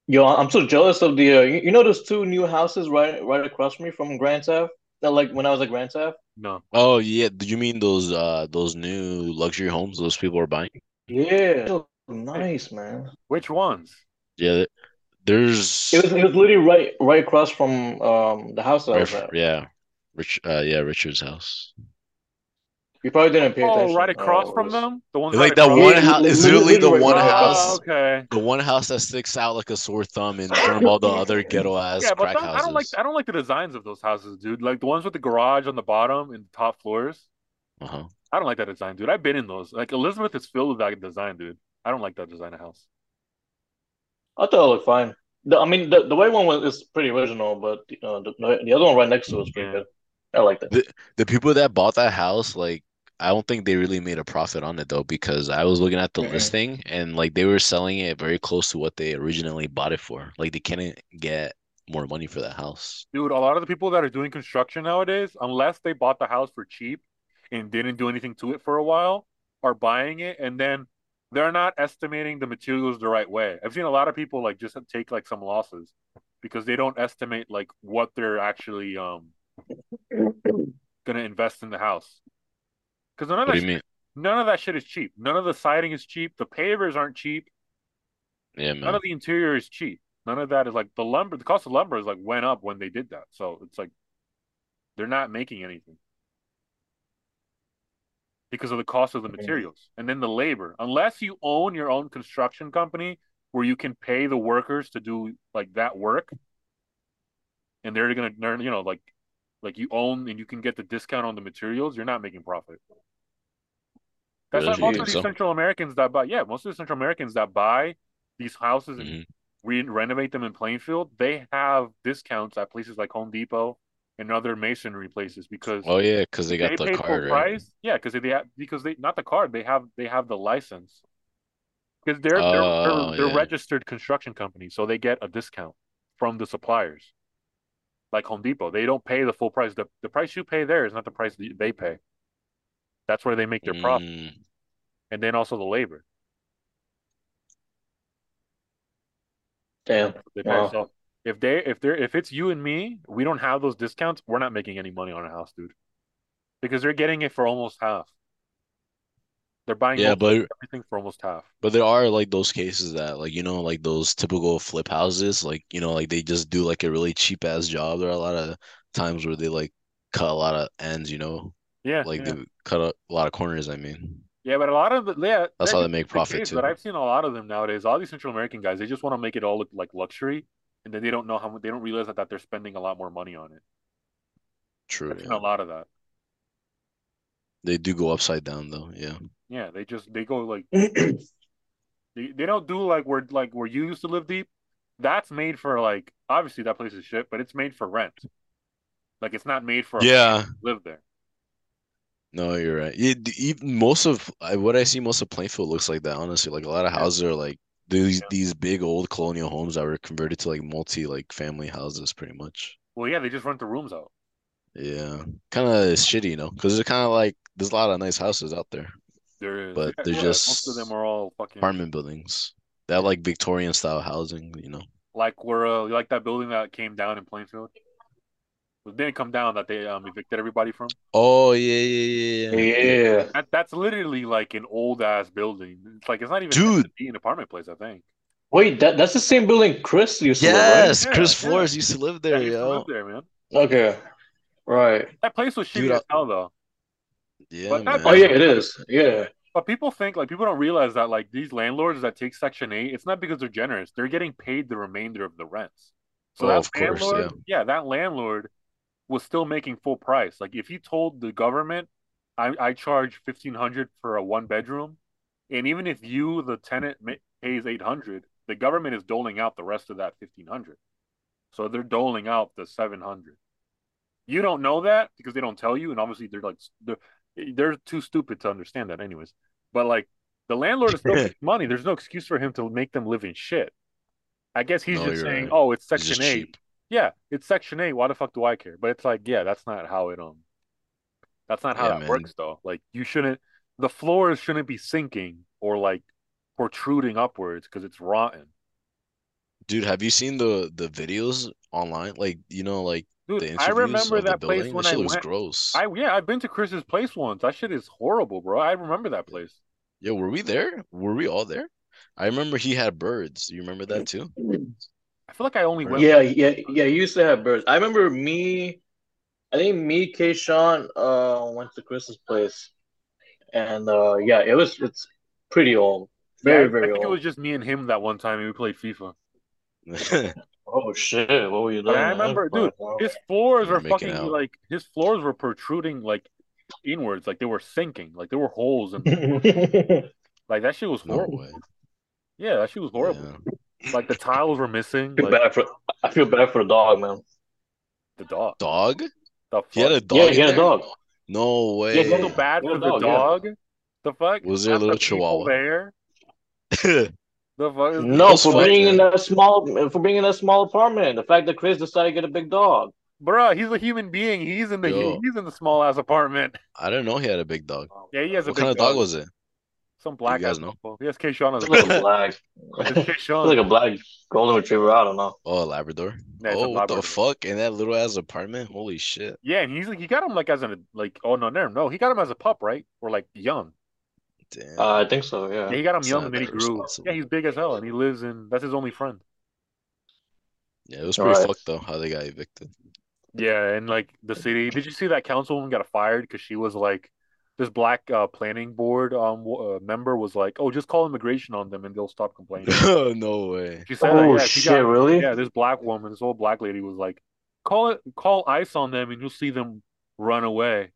Yo, I'm so jealous of the uh, you, you know those two new houses right right across from me from Grand Theft that like when I was at Grand Theft.
No.
Oh yeah, do you mean those uh those new luxury homes those people are buying?
Yeah, so nice man.
Which ones?
Yeah, there's
It was it was literally right right across from um the house that I was
Ref-
at.
yeah, Rich uh yeah Richard's house.
You probably didn't pay
Oh,
attention.
right across
Oh, it
from
was-
them? The ones
It's
right
like that
across?
one
Yeah,
house. It's
literally
literally the
right
one
across.
house,
Oh, okay.
the one house that sticks out like a sore thumb in front of all the other ghetto ass
Yeah, but
crack
that, I
houses.
don't like I don't like the designs of those houses, dude. Like the ones with the garage on the bottom and the top floors.
Uh-huh.
I don't like that design, dude. I've been in those. Like Elizabeth is filled with that design, dude. I don't like that design of house.
I thought it looked fine. The, I mean, the, the white one was is pretty original, but you know, the, the other one right next to it was pretty
Yeah.
good. I like that.
The people that bought that house, like, I don't think they really made a profit on it though, because I was looking at the
Mm-mm.
listing and like they were selling it very close to what they originally bought it for. Like they couldn't get more money for that house.
Dude, a lot of the people that are doing construction nowadays, unless they bought the house for cheap and didn't do anything to it for a while, are buying it and then they're not estimating the materials the right way. I've seen a lot of people like just take like some losses because they don't estimate like what they're actually um gonna invest in the house. Because none of
What
that
do you
shit,
mean?
none of that shit is cheap. None of the siding is cheap. The pavers aren't cheap.
Yeah,
None
man.
of the interior is cheap. None of that is like the lumber. The cost of lumber is like went up when they did that. So it's like they're not making anything because of the cost of the
Mhm.
materials and then the labor. Unless you own your own construction company where you can pay the workers to do like that work, and they're gonna learn, you know, like like you own and you can get the discount on the materials, you're not making profit.
Really?
That's why most
You
of
think
these
so?
Central Americans that buy, yeah, most of the Central Americans that buy these houses and
hmm
we renovate them in Plainfield, they have discounts at places like Home Depot and other masonry places because
Oh yeah, because they
they
got the
pay full
card, right?
price. Yeah, because they have because they not the card, they have they have the license. Because they're they're,
Oh
they're they're
yeah.
registered construction companies, so they get a discount from the suppliers, like Home Depot. They don't pay the full price. The the price you pay there is not the price that they pay. That's where they make their profit,
Mm,
and then also the labor.
Damn.
They pay.
Wow.
So if they if they're if it's you and me, we don't have those discounts. We're not making any money on a house, dude, because they're getting it for almost half. They're buying
yeah,
most
but
everything for almost half.
but there are like those cases that like you know like those typical flip houses like you know like they just do like a really cheap ass job. There are a lot of times where they like cut a lot of ends, you know,
Yeah,
like
yeah,
they cut a, a lot of corners. I mean,
yeah. But a lot of the yeah,
that's
that
how they
could
make
be the
profit
case. But
too.
I've seen a lot of them nowadays. All these Central American guys, they just want to make it all look like luxury, and then they don't know how mu- they don't realize that, that they're spending a lot more money on it.
True,
I've seen a
yeah.
lot of that.
They do go upside down though. Yeah.
Yeah, they just they go like They, they don't do like where like where you used to live deep. That's made for like obviously that place is shit, but it's made for rent. Like it's not made for a family
Yeah.
to live there.
No, you're right. Yeah, d- even most of I, what I see, most of Plainfield looks like that. Honestly, like a lot of
Yeah,
houses are like these
yeah.
these big old colonial homes that were converted to like multi like family houses, pretty much.
Well, yeah, they just rent the rooms out.
Yeah, kind of shitty, you know, because they're kind of like there's a lot of nice houses out there,
There is
but
yeah,
they're
yeah. Most of them
just
are all fucking
apartment buildings. They have like Victorian style housing, you know.
like where uh, like that building that came down in Plainfield. It didn't come down that they um evicted everybody from.
Oh yeah, yeah, yeah, yeah.
Yeah.
That that's literally like an old ass building. It's like it's not even meant to
Dude,
be an apartment place, I think.
Wait, that that's the same building Chris used to live, right?
yes,
Yeah,
Chris
yeah.
Flores used to live
Yeah,
there,
he used to live
yo.
there, man.
Okay. Right.
That place was
Dude,
shitty
I,
as hell though.
yeah,
But that
Oh
place
yeah,
man.
it is. Yeah.
But people think like people don't realize that like these landlords that take Section 8, it's not because they're generous. They're getting paid the remainder of the rents. So
Oh,
that
of course,
landlord,
yeah.
yeah, that landlord was still making full price. Like if he told the government, I, I charge 1500 for a one bedroom, and even if you, the tenant, ma- pays 800, the government is doling out the rest of that 1500. So they're doling out the 700. You don't know that because they don't tell you, and obviously they're like they're they're too stupid to understand that, anyways. But like the landlord is still making money. There's no excuse for him to make them live in shit. I guess he's
No,
just
you're
saying,
right.
"Oh, it's
It's just
Section 8.
cheap.
Yeah, it's Section 8. Why the fuck do I care?" But it's like, yeah, that's not how it um that's not how
Yeah,
that
man.
works though. Like you shouldn't the floors shouldn't be sinking or like protruding upwards because it's rotten.
Dude, have you seen the the videos online? Like, you know, like
Dude,
the
I
interviews
remember
of the
that place
building? That
when I
shit looks
went.
gross.
I yeah, I've been to Chris's place once. That shit is horrible, bro. I remember that place.
Yo, were we there? Were we all there? I remember he had birds. Do you remember that too?
I feel like I only
Or
went
no?
Yeah,
like
yeah, yeah. You used to have birds. I remember me. I think me, Kayshawn, uh, went to Chris's place, and uh, yeah, it was it's pretty old,
yeah,
very,
I, I
very
think it
old.
was just me and him that one time and we played FIFA.
Oh shit, what were you
But
doing
I
at that
remember,
point?
dude,
bro?
his floors
You're
were
making
fucking
out.
like his floors were protruding like inwards, like they were sinking, like there were holes in the floor. Like that shit was
No
horrible.
way.
Yeah, that shit was horrible.
Yeah.
Like the tiles were missing,
feel
like
bad for I feel bad for the dog, man.
the dog.
Dog?
The
He had
fuck?
a
Yeah,
dog in
he had a
there?
dog.
No
Yeah, he
You
had
feel
a,
way.
bad
he had
for
a
the
dog. Yeah,
dog? The fuck?
Was there a
Not the
little
people
chihuahua?
there. The fuck is
No,
That's
for
fucked,
being in
man.
that small for being in that small apartment. The fact that Chris decided to get a big dog.
Bruh, he's a human being. He's in the
Yo.
he's in the small ass apartment.
I didn't know he had a big dog.
Yeah, he has a
What
big
kind of dog was it?
Some black
guys
ass
know?
bull. He has Keyshawn as
It's
well.
like a black,
It's
it's
Keyshawn.
like a black golden retriever. I don't know.
Oh, a Labrador.
Yeah, it's a
oh, what the
Labrador.
fuck? In that little ass apartment? Holy shit.
Yeah, and he's like he got him like as an like oh no never no he got him as a pup right or like young
Damn.
Uh, I think so.
yeah
Yeah.
he got him
It's
young
not
and then he
that
grew
responsible.
yeah he's big as hell and he lives in that's his only friend
yeah, it was pretty
alright.
fucked though how they got evicted.
yeah and like the city did you see that councilwoman got fired because she was like this black uh, planning board um w- uh, member was like oh just call immigration on them and they'll stop complaining
Oh, no way.
she said that,
Oh
yeah she
shit!
got
really?
yeah this black woman this old black lady was like call it call ICE on them and you'll see them run away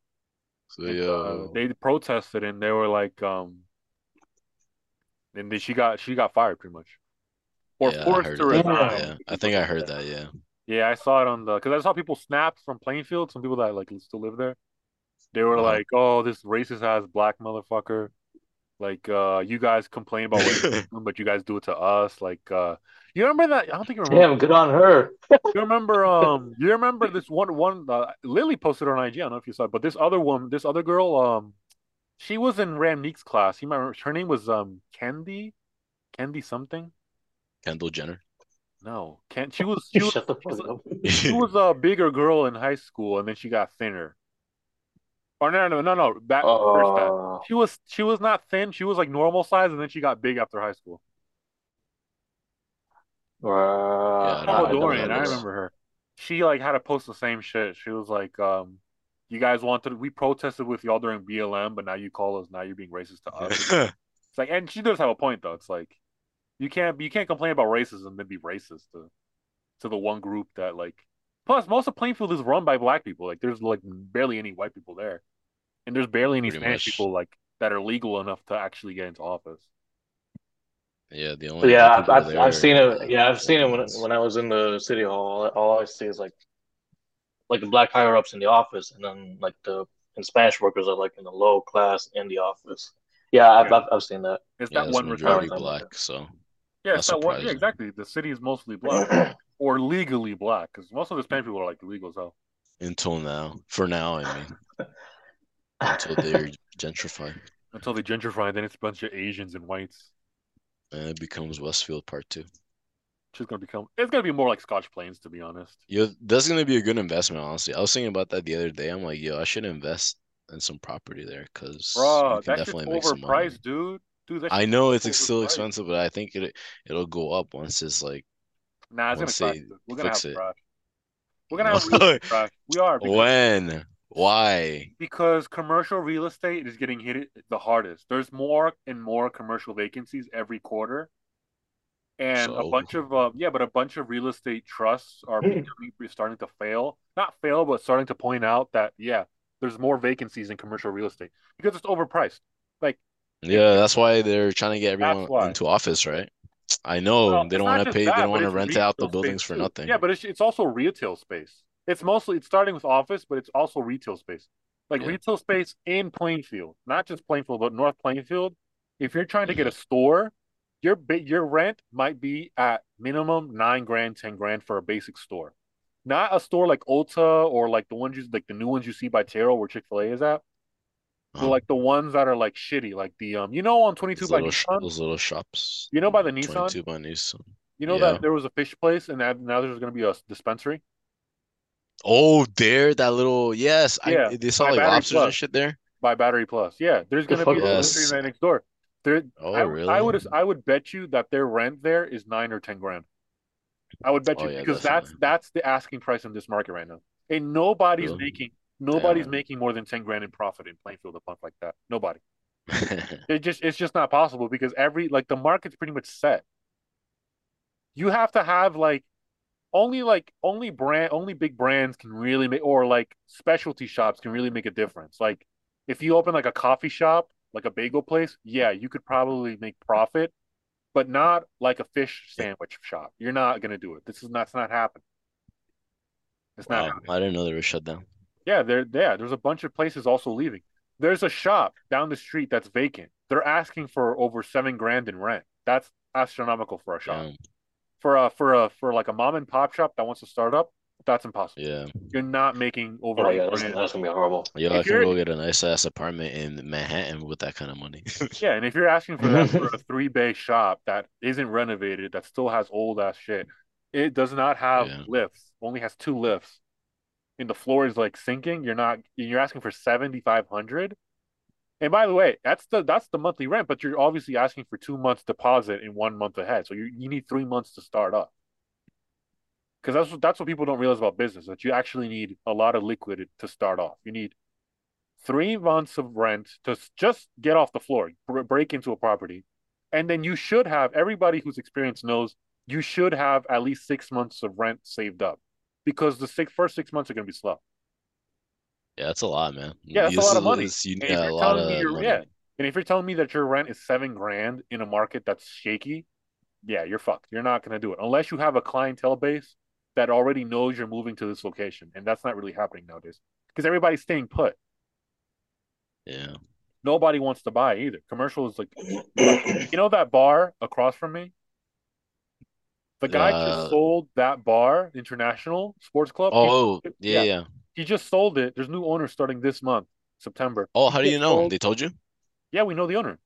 So
And, uh,
yo,
they protested and they were like, um, and then she got she got fired pretty much, or
Yeah, I
forced
heard
to
that.
resign.
yeah, I think I heard that. Yeah,
Yeah, I saw it on the because I saw people snapped from Plainfield. Some people that like still live there, they were
Uh-huh.
like, "Oh, this racist ass black motherfucker." Like uh, you guys complain about what he's doing, but you guys do it to us. Like uh, you remember that? I don't think you remember.
Damn, good on her.
You remember, um, you remember this one, one, uh, Lily posted on IG. I don't know if you saw it, but this other woman, this other girl, um, she was in Ramneek's class. You might remember her name was, um, Candy, Candy something.
Kendall Jenner.
No, can she was, she was,
Shut the fuck up.
she was a bigger girl in high school and then she got thinner. Or no, no, no, no, back first time.
Uh,
She was, she was not thin. She was like normal size and then she got big after high school.
I
yeah,
don't
Paul
know
Dorian,
who
I
that is.
remember her. She like had to post the same shit. She was like, um, "You guys wanted we protested with y'all during BLM, but now you call us. Now you're being racist to us." it's like, and she does have a point though. It's like you can't you can't complain about racism then be racist to to the one group that like. Plus, most of Plainfield is run by black people. Like, there's like barely any white people there, and there's barely any
Pretty
Spanish
much.
people like that are legal enough to actually get into office.
yeah, the only
yeah.
people
I've, I've,
there
I've seen
are, uh,
it. Yeah, I've seen it when
Mormons.
when I was in the city hall. All I see is like like the black higher ups in the office, and then like the and Spanish workers are like in the low class in the office. Yeah, I've
Yeah.
I've, I've seen that.
It's
Yeah,
that
it's
one
majority
retirement.
retirement.
black. So
Yeah,
Not
it's that one. Yeah,
surprising.
exactly. The city is mostly black or legally black because most of the Spanish people are like legal as hell.
until now, for now, I mean, until they're gentrified
Until they gentrify, then it's a bunch of Asians and whites.
and it becomes Westfield Part Two.
It's just gonna become. It's gonna be more like Scotch Plains, to be honest.
Yo, that's gonna be a good investment, honestly. I was thinking about that the other day. I'm like, yo, I should invest in some property there because
Bro,
you can
that shit's
definitely make some money.
overpriced, dude. Dude, that
I
shit's
know it's
overpriced.
ex- still expensive, but I think it it'll go up once it's like
Nah, it's gonna
Once
crash.
they
dude. We're gonna
fix
have a
it.
crash. We're gonna have real estate crash. We are because,
when, why?
because commercial real estate is getting hit the hardest. There's more and more commercial vacancies every quarter. and a
So-
bunch of uh, yeah, but a bunch of real estate trusts are becoming starting to fail. Not fail, but starting to point out that yeah, there's more vacancies in commercial real estate because it's overpriced.
Yeah, that's why they're trying to get everyone
That's why.
into office, right? I know
Well,
Oh, they
it's
don't
not
want to
just
pay. They
that, but
don't want to
it's
rent out the
retail space,
buildings for
too.
nothing.
Yeah, but it's it's also retail space. It's mostly it's starting with office, but it's also retail space. Like
Yeah.
retail space in Plainfield, not just Plainfield, but North Plainfield. If you're trying to get a store, your bi- your rent might be at minimum nine grand, ten grand for a basic store, not a store like Ulta or like the ones you like the new ones you see by Terrell where Chick Fil A is at. But
Uh-huh.
like the ones that are like shitty, like the um, you know, on twenty two
Those
by
little, sh-
Nissan,
those little shops.
you know, by the
22
Nissan,
by Nissan.
you know
Yeah.
that there was a fish place and that now there's gonna be a dispensary.
Oh, there, that little yes.
Yeah,
I they saw
by
like
Battery
lobsters
Plus.
and shit there.
by Battery Plus. Yeah, there's
The
gonna be a
fuck
is
dispensary
this?
right next door. There,
Oh,
I,
really?
I would I would bet you that their rent there is nine or ten grand. I would bet
Oh,
you
yeah,
because
definitely.
that's that's the asking price in this market right now, and nobody's
Really?
making nobody's
Damn.
making more than ten grand in profit in Plainfield a month like that. Nobody. It just it's just not possible because every like the market's pretty much set. You have to have like only like only brand only big brands can really make or like specialty shops can really make a difference. Like if you open like a coffee shop, like a bagel place, yeah, you could probably make profit, but not like a fish sandwich shop. You're not gonna do it. This is not it's not happening. It's not
Wow, I didn't know they were shut down.
yeah, there, yeah, there's a bunch of places also leaving. There's a shop down the street that's vacant. They're asking for over seven grand in rent. That's astronomical for a shop.
Damn.
For a for a for like a mom and pop shop that wants to start up, that's impossible.
Yeah.
You're not making over
Oh my
a
god, that's,
grand.
that's gonna be horrible.
Yo,
If
I can
you're-
go get a nice ass apartment in Manhattan with that kind of money.
Yeah, and if you're asking for that for a three bay shop that isn't renovated, that still has old ass shit, it does not have
Yeah.
lifts. Only has two lifts, and the floor is like sinking. You're not. You're asking for seventy five hundred. And by the way, that's the that's the monthly rent, but you're obviously asking for two months deposit in one month ahead. So you you need three months to start up. Because that's what that's what people don't realize about business that you actually need a lot of liquid to start off. You need three months of rent to s- just get off the floor, br- break into a property, and then you should have everybody who's experienced knows you should have at least six months of rent saved up because the six first six months are going to be slow.
Yeah, that's a lot, man.
Yeah, that's a
This
lot of
is-
money.
this- You
And
need
if
a
you're
lot
telling me
of
you're-
money.
yeah. And if you're telling me that your rent is seven grand in a market that's shaky, yeah, you're fucked. You're not going to do it unless you have a clientele base that already knows you're moving to this location, and that's not really happening nowadays because everybody's staying put.
Yeah.
Nobody wants to buy either. Commercial is like You know that bar across from me? The guy
Uh,
just sold that bar, International Sports Club. He-
Oh, yeah,
yeah.
yeah.
He, just sold it. There's new owner starting this month, September.
Oh, how
He
do you
just
know?
sold-
They told you?
yeah, we know the owner.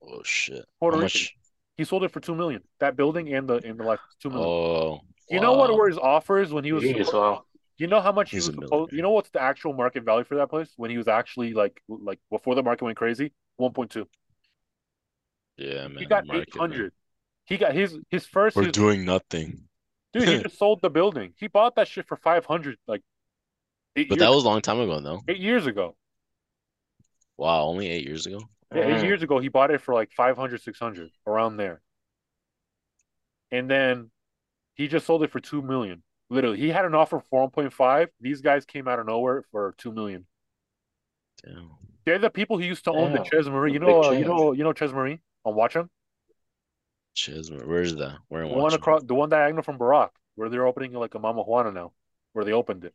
Oh shit.
Puerto
How
Rican.
much?
He sold it for two million. That building and the and the license, two million.
Oh,
you know what
wow.
were his offers when he was
Jeez, wow.
you know how much he
He's
was
a
supposed
millionaire.
you know what's the actual market value for that place when he was actually like like before the market went crazy? One point two.
Yeah, man.
He got
market,
eight
man.
hundred. He got his his first
We're
his
doing nothing.
Dude, he just sold the building. He bought that shit for 500 like eight,
But
years,
that was a long time ago, though.
eight years ago.
Wow, only eight years ago.
Yeah, eight
Mm.
years ago, he bought it for like 500, 600, around there. And then he just sold it for 2 million. Literally, he had an offer for 1.5. These guys came out of nowhere for 2 million.
Damn.
They're the people who used to own the
Damn,
Ches Marie.
a
You
big
know, uh, you
change.
know, you know Ches Marie on Watcham?
Shiz, where- where's that? Where
The
in
one
Washington?
across the one diagonal from Barack, where they're opening like a Mama Juana now, where they opened it.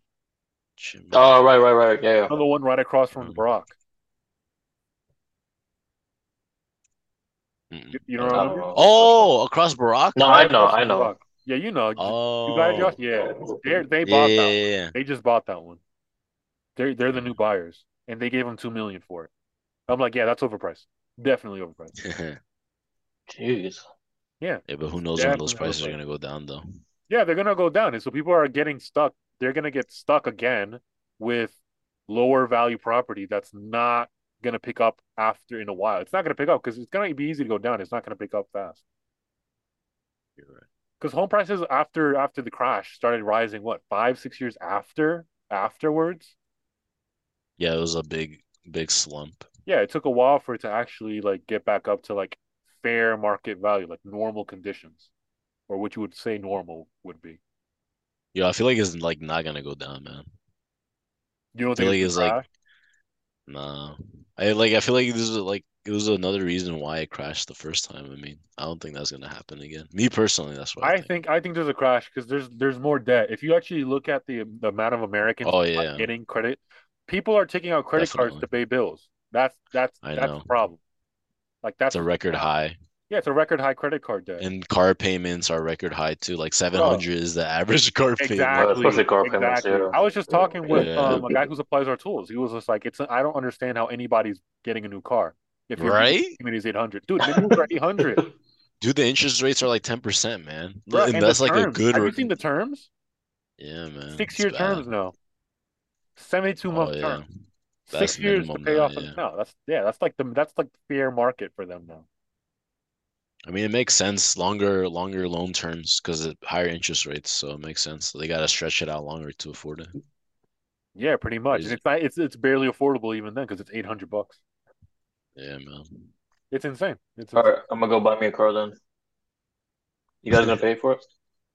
Shit, man.
Oh right, right, right. Yeah.
Another one right across from the
Mm.
Mm-hmm.
Barack.
Mm-mm.
You,
I
you know what
don't
I'm
know.
talking about?
Oh, across Barack?
No,
Right
I know,
across
I
from
know.
Barack. Yeah, you know.
Oh,
You got it, Josh? Yeah. They they
yeah,
bought that.
yeah,
One.
yeah, yeah.
They just bought that one. They're they're the new buyers, and they gave them two million for it. I'm like, yeah, that's overpriced. Definitely overpriced.
Jeez.
Yeah, but who knows when those
Definitely
prices are
overpriced.
gonna go down, though?
Yeah, they're gonna go down, and so people are getting stuck. They're gonna get stuck again with lower value property that's not gonna pick up after in a while. It's not gonna pick up because it's gonna be easy to go down. It's not gonna pick up fast
You're right.
because home prices after after the crash started rising. What five six years after afterwards?
Yeah, it was a big, big slump.
Yeah, it took a while for it to actually like get back up to like fair market value, like normal conditions, or what you would say normal would be.
Yo, I feel like it's like not gonna go down, man.
You don't
I feel
think
like
it's
it's
gonna
like nah. I like I feel like this is like it was another reason why it crashed the first time. I mean, I don't think that's gonna happen again. Me personally, that's what I,
crash? I think I think there's a crash because there's there's more debt. If you actually look at the the amount of Americans
Oh yeah,
getting credit, people are taking out credit cards
Definitely.
to pay bills. That's that's
I
that's
know.
the problem. Like that's
it's a record high,
yeah, it's a record high credit card debt.
and car payments are record high too. Like 700 is the average car payment.
Exactly.
especially car payments,
exactly.
yeah.
I was just talking with
Yeah.
um, a guy who supplies our tools. He was just like, "It's I don't understand how anybody's getting a new car if your
Right?
Community's eight hundred, dude. Minimums are eight hundred.
Dude, the interest rates are like 10%, man.
Bruh,
and
and the
that's like a
terms.
good
Have you
rec-
seen the terms?
Yeah, man.
Six
it's
year
bad.
terms now. Seventy-two
Oh
month
yeah.
term.
That's
Six years to
minimum
pay
now,
off. a-
yeah.
No, that's yeah, that's like the that's like fair market for them now.
I mean, it makes sense longer longer loan terms because of higher interest rates, so it makes sense. They gotta stretch it out longer to afford it.
Yeah, pretty much. And
Crazy.
it's not, it's it's barely affordable even then because it's eight hundred bucks.
Yeah, man.
It's insane. It's
All
insane.
right, I'm gonna go buy me a car then. You guys gonna pay for it?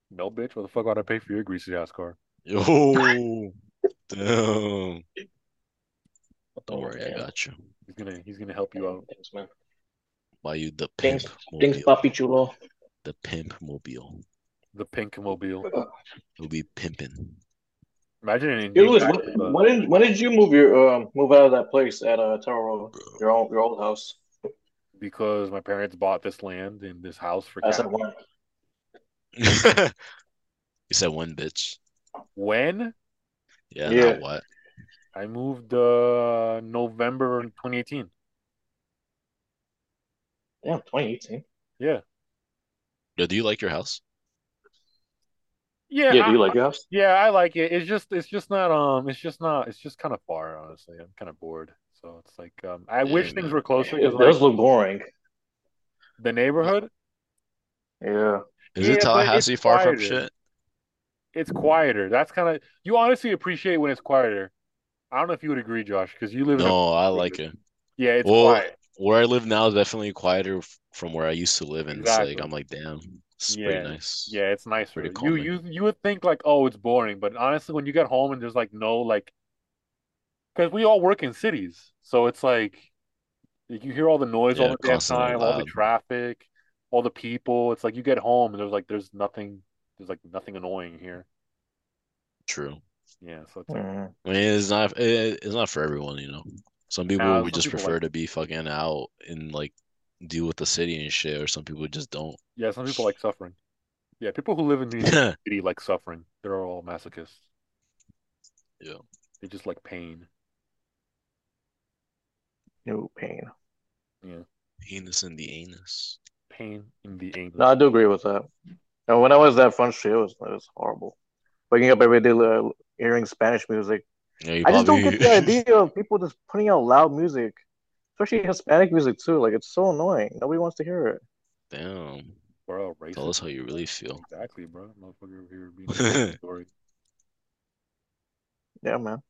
No bitch, what the fuck would I pay for your greasy ass car?
Yo, damn. Don't worry, I got you.
He's gonna he's gonna help you out.
Thanks, man.
Buy you the pimp
Thanks- Thanks,
mobile.
Papi Chulo.
The pimp mobile.
The pink mobile.
It'll be pimping.
Imagine an
Hey,
Indian
Louis,
guy
when,
with a-
when did when did you move your um move out of that place at uh Tower Road, your old your old house?
because my parents bought this land and this house for
As I
cash.
went.
you said one bitch.
When
Yeah,
Yeah.
not what?
I moved uh November in 2018.
Damn, 2018.
Yeah.
Yo, do you like your house?
Yeah, I-
us?
yeah, I like it. It's just it's just not um it's just not it's just kind of far, honestly. I'm kind of bored. So it's like um I wish
Yeah,
things
man.
were closer
It
because
does
like
look boring.
the neighborhood,
Yeah.
Is
Yeah,
it
but it's
Tallahassee far from
quieter.
shit?
it's quieter. That's kind of you honestly appreciate when it's quieter. I don't know if you would agree, Josh, because you live in a
No, I like it.
yeah, it's
Well,
quiet.
Where I live now is definitely quieter f- from where I used to live, and it's like
Exactly.
I'm like, damn, this is
Yeah.
pretty nice.
Yeah, it's nicer.
Pretty
You
calming.
you you would think like, oh, it's boring, but honestly, when you get home and there's like no like, because we all work in cities, so it's like you hear all the noise all
Yeah,
the damn
constantly
time, all the
loud.
traffic, all the people. It's like you get home and there's like there's nothing, there's like nothing annoying here.
True.
Yeah, so it's like
Mhm.
I mean, it's not it, it's not for everyone, you know. Some people
nah,
would
some
just
people
prefer
like
to be fucking out and like deal with the city and shit, or some people just don't.
yeah, some people like suffering. Yeah, people who live in New York
Yeah.
City like suffering. They're all masochists. They just like pain.
No pain.
Yeah,
Penis in the anus.
pain in the
No,
anus.
I do agree with that. And when I was at Front Street, it was, it was horrible. Waking up every day, uh, hearing Spanish music.
Yeah, you
I just don't
probably
get the idea of people just putting out loud music, especially Hispanic music too. Like it's so annoying. Nobody wants to hear it.
damn.
Bro,
Tell
racist.
us how you really feel.
Exactly, bro. Motherfucker over here being a story.
Yeah, man.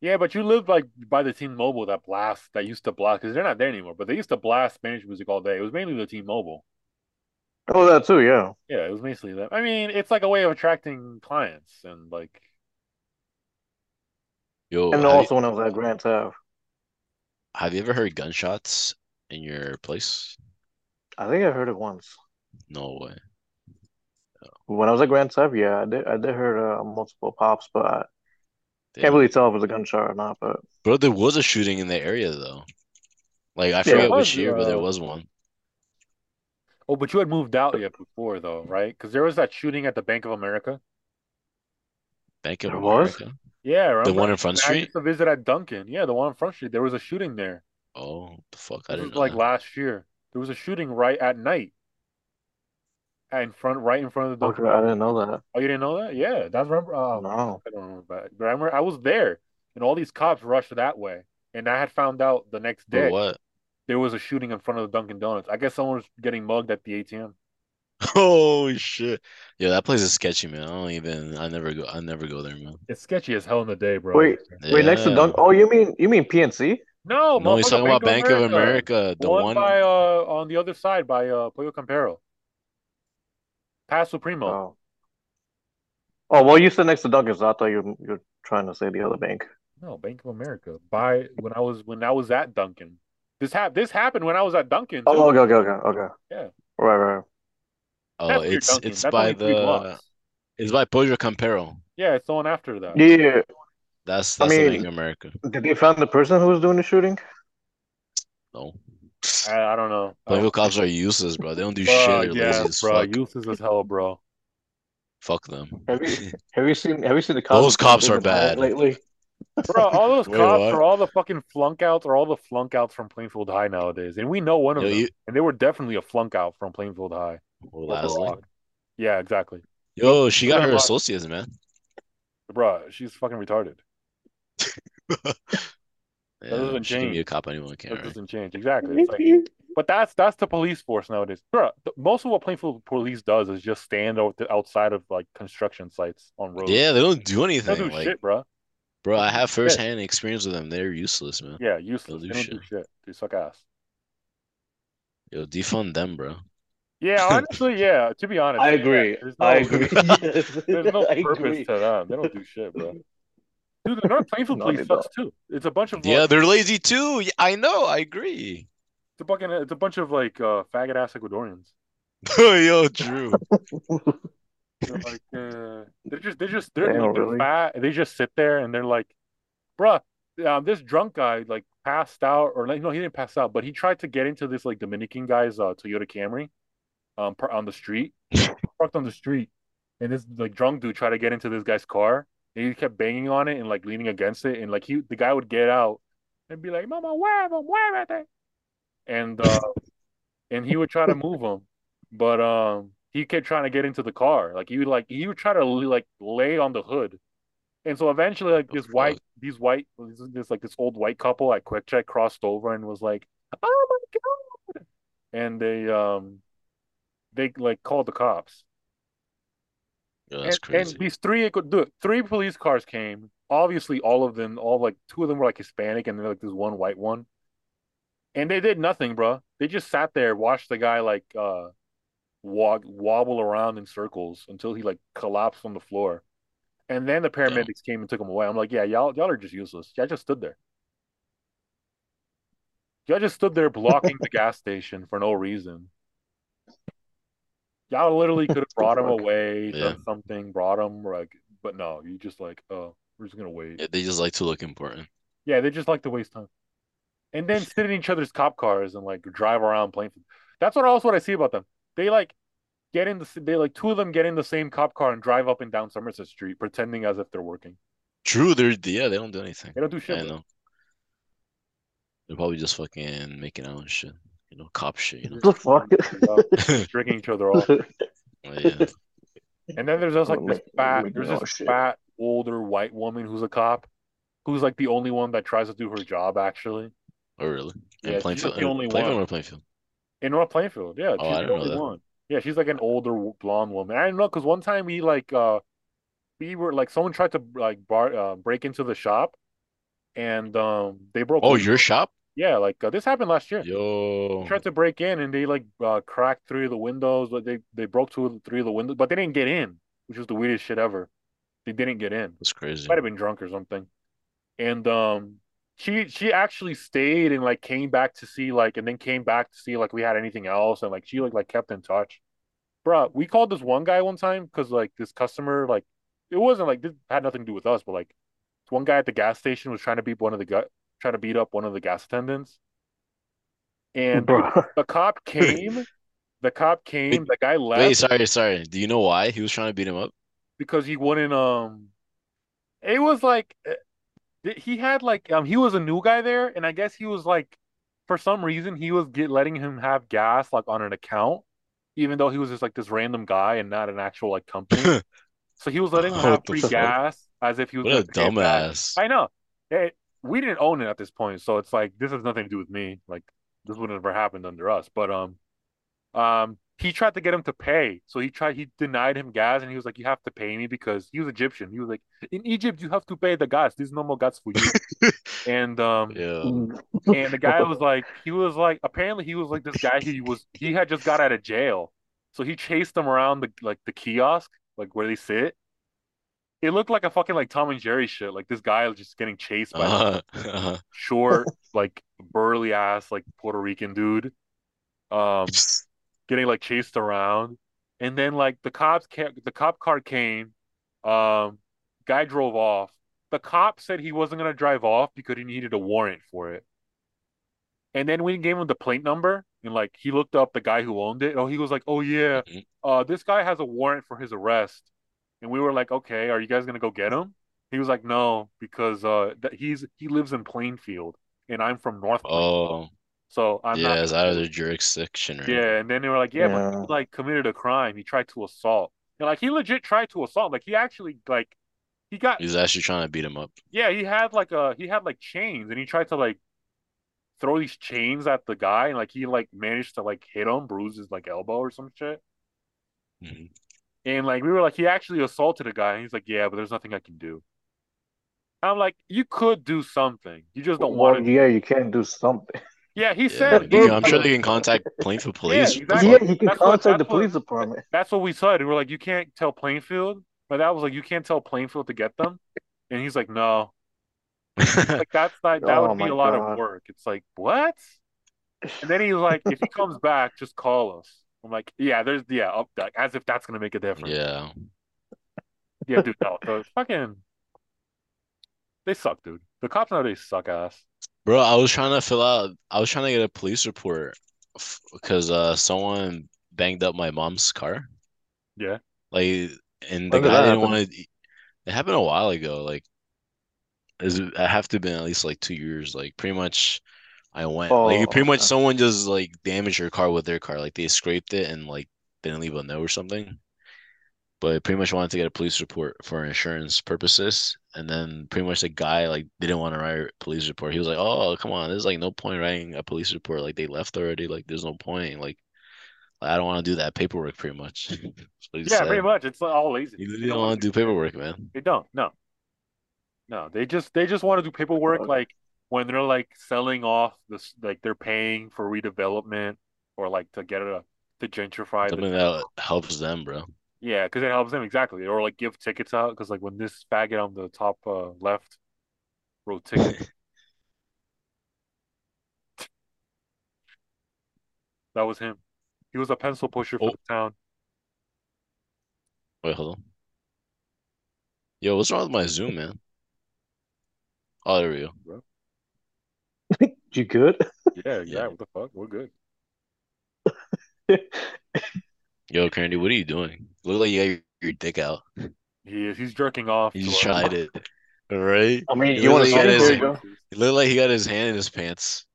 Yeah, but you lived like by the T-Mobile that blast that used to blast because they're not there anymore. But they used to blast Spanish music all day. It was mainly the T-Mobile.
Oh, that too. Yeah.
Yeah, it was basically that. I mean, it's like a way of attracting clients and like
Yo,
And
have you,
also when I was at Grand Ave,
have you ever heard gunshots in your place?
I think I heard it once.
No way.
When I was at Grand Ave, yeah, I did. I did hear uh, multiple pops, but I can't
Damn.
really tell if it was a gunshot or not. But
Bro, there was a shooting in the area though. Like I
Yeah,
there
forget
was
which year, but there
uh
was one.
oh, but you had moved out yet before though, right? Because there was that shooting at the Bank of America.
Bank of
there was.
America.
Yeah,
The
remember?
one in Front
I used
Street?
to visit at Duncan. Yeah, the one on Front Street. There was a shooting there.
Oh, the fuck, I
This
didn't
was
know
like
that.
last year. There was a shooting right at night, at in front, right in front of the
Okay,
Dunkin'.
I didn't know that.
Oh, you didn't know that? Yeah, that's remember. Oh,
No.
I don't remember, but, but I remember I was there, and all these cops rushed that way, and I had found out the next
For
day
what?
there was a shooting in front of the Dunkin' Donuts. I guess someone was getting mugged at the ATM.
Oh shit. Yeah, that place is sketchy, man. I don't even I never go I never go there, man.
It's sketchy as hell in the day, bro.
Wait, wait. Next to
Yeah.
Dunk. Oh, you mean you mean PNC?
No,
No, he's
Oh, motherfucker,
talking
Bank
about
of
Bank of
America.
America.
The
The
one by
one
uh on the other side by uh Pollo Campero, Paso Primo.
Oh. Oh, well, you said next to Dunkin', so I thought you you're trying to say the other bank.
No, Bank of America. By when I was when I was at Dunkin'. This hap this happened when I was at Dunkin'
Oh,
too.
okay, okay, okay, okay.
Yeah,
Right, right.
oh
that's your
it's
Dunkin'.
it's
That's
by
only three
the
blocks.
it's by Pollo Campero.
Yeah, it's the one after that.
right. Yeah,
That's that's
I
the Bank
mean,
of America.
did they find the person who was doing the shooting?
No.
I, I don't know. I
Blanco
don't.
cops are useless, bro. They don't do shit.
Bro,
They're
Uh, yeah,
lazy as
bro.
fuck.
Useless as hell, bro.
Fuck them.
Have you have you seen have you seen the cops
Those
become
cops
big
are
and bad
bad.
lately?
Bro, all those
Wait,
cops are
what?
all the fucking flunk outs are all the flunk outs from Plainfield High nowadays. And we know one
Yo,
of them.
you
And they were definitely a flunk out from Plainfield High
or
or
Lasley?
Broad. Yeah, exactly. Those
Yo, she
of
got
them
her
are,
associates, man.
bro, she's fucking retarded. That
Yeah,
doesn't
she can be
change.
a cop. Anyone can,
That
right?
doesn't change. Exactly. It's like, but that's that's the police force nowadays. Bro, th most of what Plainfield police does is just stand out outside of like construction sites on roads.
Yeah, they don't do
They don't
anything.
do
Like,
shit, bro.
bro,
They
I
don't do
have
shit.
firsthand experience with them. They're useless, man.
Yeah,
They don't
useless.
do
They don't do
shit.
shit. They suck ass.
Yo, defund them, bro.
Yeah, honestly, yeah. To be honest,
I
yeah,
agree.
there's
I
no
agree. Yes,
there's no
I
purpose
agree.
to them. They don't do shit, bro. Dude, the North Plainfield
No,
police
they don't.
sucks too. It's a bunch of like
Yeah, they're lazy too. Yeah, I know. I agree.
it's a fucking it's a bunch of like uh faggot ass Ecuadorians.
Yo, Drew.
They're like uh, they're just they're just
They
they're like
don't
they're
really.
fat. They just sit there and they're like, bruh, um, this drunk guy like passed out, or like no, he didn't pass out, but he tried to get into this like Dominican guy's uh, Toyota Camry, um, par- on the street, parked on the street, and this like drunk dude tried to get into this guy's car, and he kept banging on it and like leaning against it, and like he the guy would get out and be like, "Mama, where am Where am And uh, and he would try to move him, but um, he kept trying to get into the car. Like he would like he would try to like lay on the hood, and so eventually like this
Oh,
white these white this, this like this old white couple at Quick Check crossed over and was like, "Oh my god!" And they um they like called the cops.
Yo, Oh, that's
and, and
crazy.
these three it could do it. Three police cars came. Obviously, all of them, all like two of them were like Hispanic, and then like this one white one. And they did nothing, bro. They just sat there, watched the guy like uh wog- wobble around in circles until he like collapsed on the floor. And then the paramedics came and took him away. I'm like, yeah, y'all, y'all are just useless. Y'all just stood there. Y'all just stood there blocking the gas station for no reason. Y'all literally could have brought him
Fuck.
away,
Yeah.
done something, brought him, like, but no, you just like, oh, we're just gonna wait.
Yeah, they just like to look important.
Yeah, they just like to waste time. And then sit in each other's cop cars and like drive around playing. That's what also what I see about them. They like get in the they like two of them get in the same cop car and drive up and down Somerset Street pretending as if they're working.
True, they're yeah, they don't do anything.
They don't do shit.
I
bro.
know. They're probably just fucking making out and shit. You know, cop shit, you know.
The fuck?
Yeah, drinking each other off.
Like, Oh, yeah.
And then there's just like
Oh,
this
ma-
fat,
making
there's
all
this
shit.
fat older white woman who's a cop, who's like the only one that tries to do her job actually
Oh really?
Yeah,
In
she's
Plainfield.
the
in
only
Plainfield
one.
or Plainfield?
in North Plainfield. Yeah,
Oh,
she's
I
the
didn't know
only
that.
one. Yeah, she's like an older w- blonde woman. I know because one time we like uh we were like someone tried to like bar uh, break into the shop, and um they broke.
Oh,
in.
your shop?
yeah, like uh, this happened last year.
Yo.
tried to break in and they like uh, cracked three of the windows. Like they they broke two of the three of the windows, but they didn't get in, which was the weirdest shit ever. They didn't get in.
That's crazy.
Might have been drunk or something. And um, she she actually stayed and like came back to see like, and then came back to see like we had anything else, and like she like like kept in touch. Bruh, we called this one guy one time because like this customer like it wasn't like this had nothing to do with us, but like this one guy at the gas station was trying to beat one of the gut trying to beat up one of the gas attendants. And
Bro.
the cop came. The cop came. The guy left
Wait, sorry, sorry. Do you know why he was trying to beat him up?
because he wouldn't. Um, it was like uh, th- he had like um he was a new guy there, and I guess he was like for some reason he was get letting him have gas like on an account, even though he was just like this random guy and not an actual like company. so he was letting him
What
have
the
free
fuck?
gas as if he was
What a
gonna pay it back.
dumbass.
I know. It, we didn't own it at this point, so it's like this has nothing to do with me. Like this would have never happened under us. But um, um, he tried to get him to pay, so he tried. He denied him gas, and he was like, "You have to pay me because he was Egyptian." He was like, "In Egypt, you have to pay the gas. There's no more gas for you." and um,
Yeah.
and the guy was like, he was like, apparently he was like this guy. He was he had just got out of jail, so he chased them around the like the kiosk, like where they sit. It looked like a fucking like Tom and Jerry shit. Like this guy was just getting chased by like,
Uh-huh. Uh-huh.
short, like burly ass, like Puerto Rican dude, um, getting like chased around, and then like the cops, ca- the cop car came, um, guy drove off. The cop said he wasn't gonna drive off because he needed a warrant for it. And then we gave him the plate number, and like he looked up the guy who owned it. Oh, he was like, "Oh yeah,
Mhm.
uh, this guy has a warrant for his arrest." And we were like, "Okay, are you guys gonna go get him?" He was like, "No, because uh, th- he's he lives in Plainfield, and I'm from North,
Oh,
so I'm
yeah,
not."
it's out of the jurisdiction, right?
Yeah, and then they were like, "Yeah, but
Yeah.
he like committed a crime. He tried to assault, and like he legit tried to assault. Like he actually like he got
He's actually trying to beat him up.
yeah, he had like a he had like chains, and he tried to like throw these chains at the guy, and like he like managed to like hit him, bruise his like elbow or some shit.
Mhm.
And like we were like, he actually assaulted a guy, and he's like, yeah, but there's nothing I can do. I'm like, you could do something, you just don't
Well,
want to.
yeah, you can't do something.
Yeah, he
Yeah,
said
they can-
"Dude,
I'm sure they can contact Plainfield Police. What the
That's exactly.
yeah,
fuck?
he can
that's what-
contact the
that's what-
police department.
that's what we said. We were like, you can't tell Plainfield, but that was like, you can't tell Plainfield to get them. And he's like, no, like that's not that
Oh
would be
my
a lot of
God.
work. It's like what? And then he's like, if he comes back, just call us. I'm like, yeah, there's yeah, up like, as if that's gonna make a difference.
Yeah.
Yeah, dude, no, the fucking they suck, dude. The cops nowadays suck ass.
Bro, I was trying to fill out, I was trying to get a police report f- because uh someone banged up my mom's car.
Yeah.
Like, and the
When did
guy
that
didn't
happen?
want to. It happened a while ago. Like, it's- it have to have been at least like two years. Like, pretty much, I went like
Oh,
pretty much
okay.
someone just like damaged your car with their car. Like they scraped it and like didn't leave a note or something. But I pretty much wanted to get a police report for insurance purposes. And then pretty much the guy like didn't want to write a police report. He was like, "Oh, come on, there's like no point writing a police report. Like they left already. Like there's no point. Like I don't want to do that paperwork." Pretty much, That's what he
Yeah, pretty
said.
much. It's all laziness.
You
They
literally
don't
don't
want
want
to
to
do
do paperwork, man.
they don't. No. No, they just they just want to do paperwork like when they're like selling off this like they're paying for redevelopment or like to get it a, to gentrify the
Something that helps them, bro.
yeah because it helps them exactly or like give tickets out because like when this faggot on the top uh, left wrote ticket that was him he was a pencil pusher for
Oh.
the town
Wait, hold on. Yo, what's wrong with my Zoom, man? Oh, there we go.
bro.
You good?
yeah exactly what the fuck we're good
Yo, Candy, what are you doing? Look like you got your, your dick out.
he is he's jerking off
You
to
just
us.
tried it. All right.
I mean,
You
you
look
want
like
to
you got
song
his,
for it,
it
Joe?
looked like he got his hand in his pants.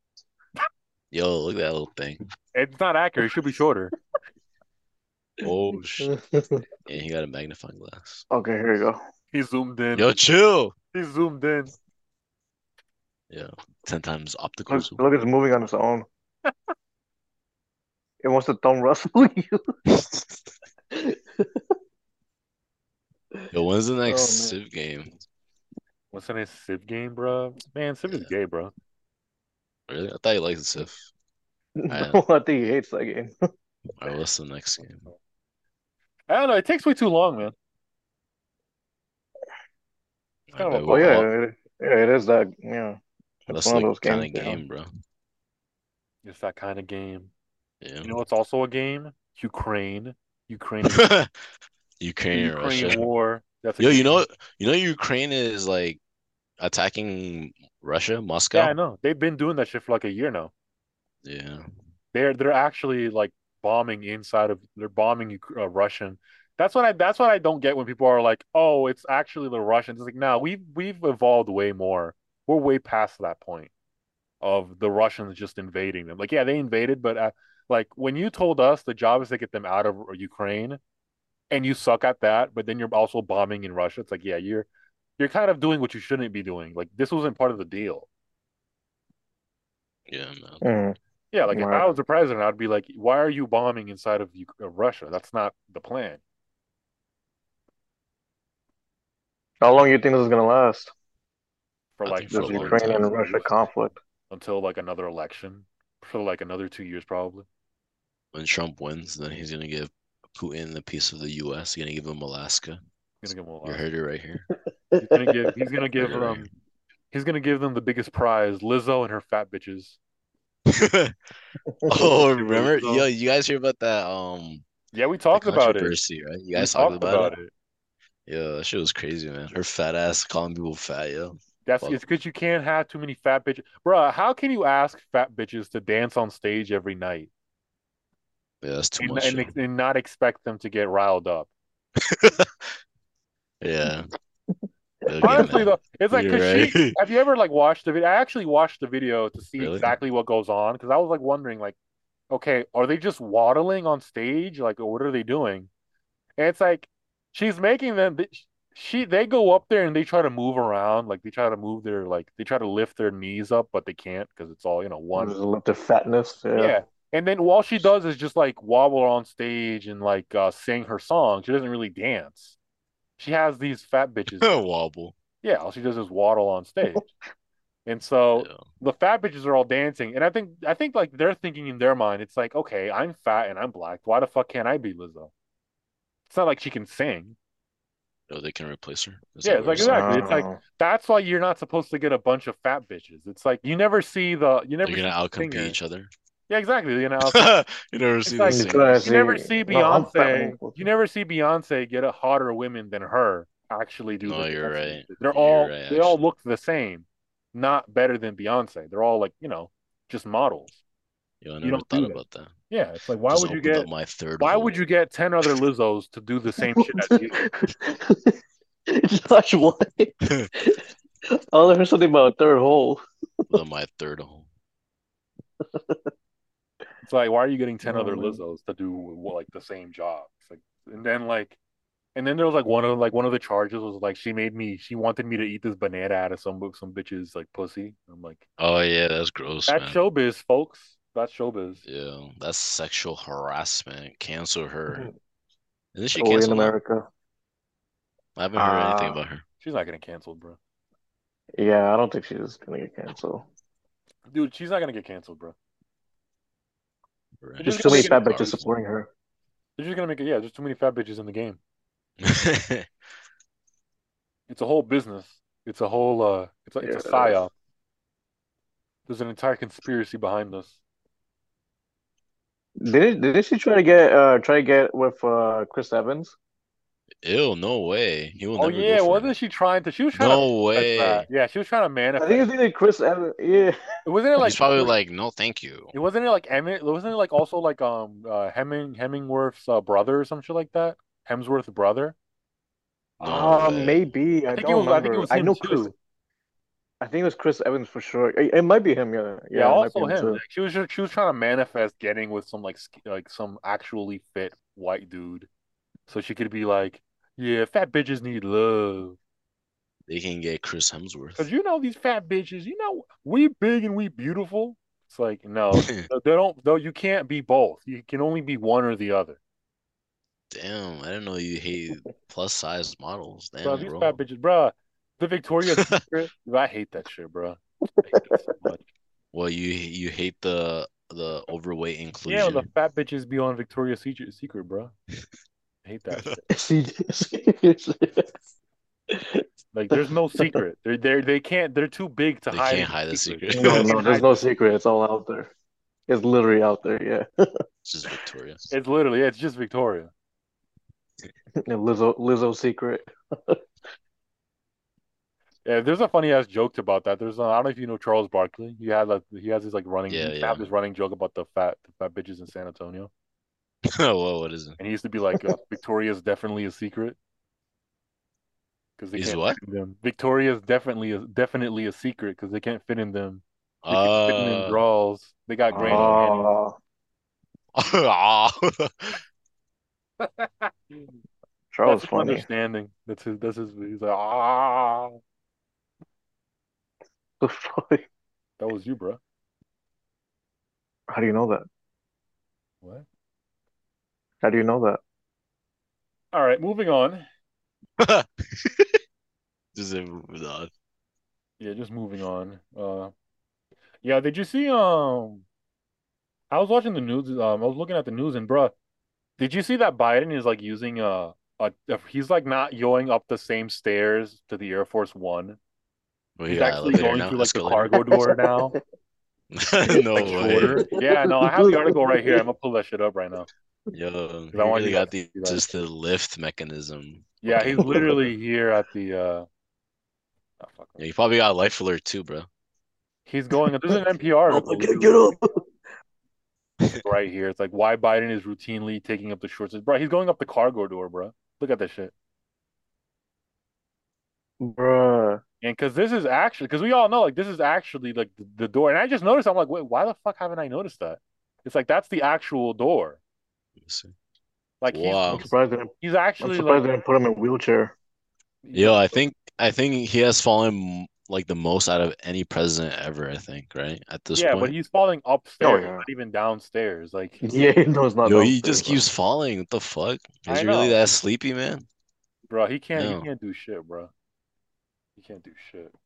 Yo, look at that little thing.
it's not accurate it should be shorter
Oh shit. And he got a magnifying glass.
Okay, here we go.
he zoomed in
Yo, chill.
he zoomed in
Yeah. Ten times optical
Look,
zoom.
look, it's moving on its own. It wants to thumb wrestle you.
Yo, when's the next
man.
Civ game?
what's in his Civ game bro man Civ is gay bro
Really? I thought you liked Civ. Alright.
No, I think he hates that game.
All right, what's the next game?
I don't know. It takes way too long, man. It's kind
Alright,
of a
Oh
Well,
yeah,
all-
it, yeah, it is that. Yeah,
That's
it's one
the
of those
kind
games.
of
you know.
game, bro.
it's that kind of game.
Yeah.
You know, it's also a game. Ukraine, Ukraine, the
Ukraine and
Ukraine
Russia.
war. That's a
Yo, you
game.
know, you know, Ukraine is like attacking Russia,
Yeah, I
Moscow.
know. They've been doing that shit for like a year now.
Yeah,
They're they're actually like bombing inside of. They're bombing Uk- uh, Russian. That's what I. That's what I don't get when people are like, "Oh, it's actually the Russians." It's like, nah, we've we've evolved way more. We're way past that point. of the Russians just invading them. Like, yeah, they invaded, but uh, like when you told us the job is to get them out of uh, Ukraine, and you suck at that, but then you're also bombing in Russia. It's like, yeah, you're you're kind of doing what you shouldn't be doing. Like, this wasn't part of the deal.
yeah, man.
Mm,
Yeah, like if I
Right.
was the president, I'd be like, why are you bombing inside of, Uk- of Russia? That's not the plan.
How long do you think this is gonna last?
For
I
like
think for a
This
long
until,
Ukrainian
time.
and Russia conflict.
until like another election, for like another two years probably.
When Trump wins, then he's gonna give Putin a piece of the U.S. He's gonna give him Alaska.
He's gonna give them a
You
lot.
heard it right here.
He's gonna give. He's gonna give
Heard it right
um. He's gonna give them the biggest prize, Lizzo and her fat bitches.
here. Oh, remember?
So-
Yo, you guys hear about that? Um,
Yeah, we
the
talked about it.
controversy, right? You
We
guys talked
talked
about
about
it.
it.
Yo, that shit was crazy, man. Her fat ass calling people fat, yo.
That's
Fuck.
it's because you can't have too many fat bitches, Bruh, How can you ask fat bitches to dance on stage every night
Yeah, that's too
and
much.
and,
yo.
ex- and not expect them to get riled up?
Yeah. They'll get
Honestly,
mad.
though, it's like
You're
'cause she.
right.
Have you ever like watched the video? I actually watched the video to see
Really?
exactly what goes on because I was like wondering, like, okay, are they just waddling on stage? Like, or what are they doing? And it's like she's making them she they go up there and they try to move around, like they try to move their like they try to lift their knees up, but they can't because it's all, you know,
One
one.
is up to fatness.
Yeah.
Yeah.
And then all she does is just like wobble on stage and like uh sing her song. She doesn't really dance. She has these fat bitches.
Wobble.
Yeah, all she does is waddle on stage. And so
Yeah.
the fat bitches are all dancing. And I think I think like they're thinking in their mind, it's like, okay, I'm fat and I'm black. Why the fuck can't I be Lizzo? It's not like she can sing.
Yo, they can replace her. Is
Yeah,
that
it's
what
like
you're saying?
exactly. It's like
Oh.
that's why you're not supposed to get a bunch of fat bitches. It's like you never see the you never
They're
see
gonna
the
outcompete
singer.
each other.
Yeah, exactly. You know,
You never
It's
see
like-
the
You
singers.
guys
you never
see-
see
No, I'm fat.
Beyonce. You never see Beyonce get a hotter women than her actually do
No,
the
you're
dancing.
right.
They're
You're
all
right,
they all
actually.
look the same. not better than Beyonce. They're all like, you know, just models.
Yo, I
You
never
don't do
thought
that.
about that.
Yeah, it's like why
Just
would you
opened up
get
my third
why
hole.
would you get ten other Lizzos to do the same shit as you?
Oh. Josh, what? Oh, I heard something about a third hole.
Opened up my third hole?
It's like why are you getting ten other
Oh, man.
Lizzos to do well, like the same job? It's like and then like and then there was like one of like one of the charges was like she made me she wanted me to eat this banana out of some book some bitch's like pussy. I'm like
Oh yeah, that's gross,
that's
man.
showbiz, folks. That's showbiz.
Yeah, that's sexual harassment. Cancel
Mm-hmm.
her. Isn't she
Only in
canceled? now?
America.
I haven't heard anything
Ah.
about her.
She's not getting canceled, bro.
Yeah, I don't think she's gonna get canceled.
Dude, she's not gonna get canceled, bro.
Right.
Just
There's too many
making
fat bitches supporting her.
They're just gonna make it. Yeah, there's too many fat bitches in the game.
Cars.
It's a whole business. It's a whole. uh It's a, it's a
Yeah.
psyop. There's an entire conspiracy behind this.
Did did she try to get uh try to get with uh Chris Evans?
Ew, no way. He will
Oh
never go
yeah,
for
wasn't
it.
she trying to? She was trying to.
No
manifest
way.
that. Yeah, she was trying to
I
manifest.
think it's either Chris Evans. Yeah,
wasn't it like
He's probably like, no, thank you.
It wasn't it like Emmett. Wasn't it like also like um uh, Hemming Hemingworth's uh, brother or some shit like that? Hemsworth's brother.
No
Ah,
uh,
way.
maybe I,
think it
don't
was- I think it
remember.
was
I
him
know
too.
Chris. I think it was Chris Evans for sure. It, it might be him. Yeah,
Yeah,
yeah. it might be
also him.
too.
Like, she was just, she was trying to manifest getting with some like sk- like some actually fit white dude, so she could be like, yeah, fat bitches need love.
They can get Chris Hemsworth.
Cause you know these fat bitches, you know we big and we beautiful. It's like no, they don't. No, you can't be both. You can only be one or the other.
Damn, I didn't know you hate plus size models. Damn,
Bro, these
bro.
fat bitches, bruh. The Victoria's Secret, I hate that shit, bro. I hate that so much.
Well, you you hate the the overweight
Yeah, when the
inclusion.
fat bitches be on Victoria's Secret, Secret, bro. I hate that. shit. Like, there's no secret. They're they they can't. They're too big to
They
hide.
can't
any
hide the secret.
no, no, there's no secret. It's all out there. It's literally out there. Yeah.
It's just Victoria.
It's literally yeah, it's just Victoria.
Yeah, Lizzo, Lizzo secret.
Yeah, there's a funny ass joke about that. There's I I don't know if you know Charles Barkley. He had like he has his like running.
Yeah,
he
yeah.
had this running joke about the fat the fat bitches in San Antonio,
Whoa, what is it?
and he used to be like, uh, "Victoria's definitely a secret." Because they
He's
can't
what?
fit in them. Victoria's definitely is definitely a secret because they can't fit in them. They can't fit in them
Uh,
draws. They got grand.
Oh,
That's
Charles
his
funny.
understanding. That's his. That's his. He's like, ah,
How
that was you, bro.
do you know that?
What?
How do you know that?
All right, moving on.
Just everyone- uh,
Yeah, just moving on. Uh, yeah, did you see? Um, I was watching the news. Um, I was looking at the news, and bruh, did you see that Biden is like using uh, a, a he's like not going up the same stairs to the Air Force One.
we
He's
got
actually
elevator
going
now,
through like the
escalator.
cargo door now,
No
like
way.
shorter. Yeah, no, I have the article right here. I'm gonna pull that shit up right now.
Yo,
I
he
want
really
you
got
guys
the
to see that.
just the lift mechanism.
Yeah,
Okay.
he's literally here at the. Uh, oh, fuck.
Yeah, you probably got life alert too, bro.
He's going. There's an NPR article
Oh, get,
literally
up.
right here. It's like why Biden is routinely taking up the shorts. Bro, he's going up the cargo door, bro. Look at that shit.
Bruh.
And because this is actually, because we all know, like, this is actually like the, the door. And I just noticed, I'm like, wait, why the fuck haven't I noticed that? It's like that's the actual door. Like he's
Wow.
I'm surprised they didn't,
he's
I'm
actually like,
surprised they didn't put him in a wheelchair.
Yo, I think I think he has fallen like the most out of any president ever, I think, right? At this
yeah, but
point.
he's falling upstairs,
Oh, yeah.
not even downstairs. Like,
Yeah, no, it's not.
Yo,
that
he just
serious,
keeps falling. What the fuck?
I
Is he really
know.
that sleepy, man?
bro, he can't,
No.
he can't do shit, bro. He can't do shit.
bro.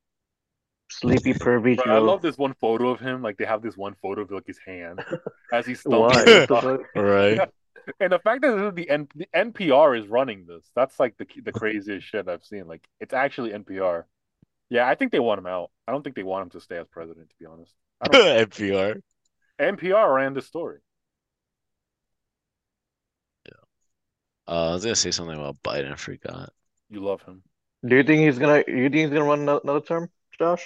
Sleepy pervy.
Bro, I
Joe.
love this one photo of him. Like they have this one photo of like his hand as he's
Why?
stumbling.
What the fuck?
Right.
And the fact that this is the, N- the NPR is running this, that's like the the craziest shit I've seen. Like it's actually NPR. Yeah, I think they want him out. I don't think they want him to stay as president, to be honest. I don't,
NPR.
NPR ran this story.
Uh, I was gonna say something about Biden, I forgot.
You love him.
Do you think he's gonna? You think he's gonna run ano- another term, Josh?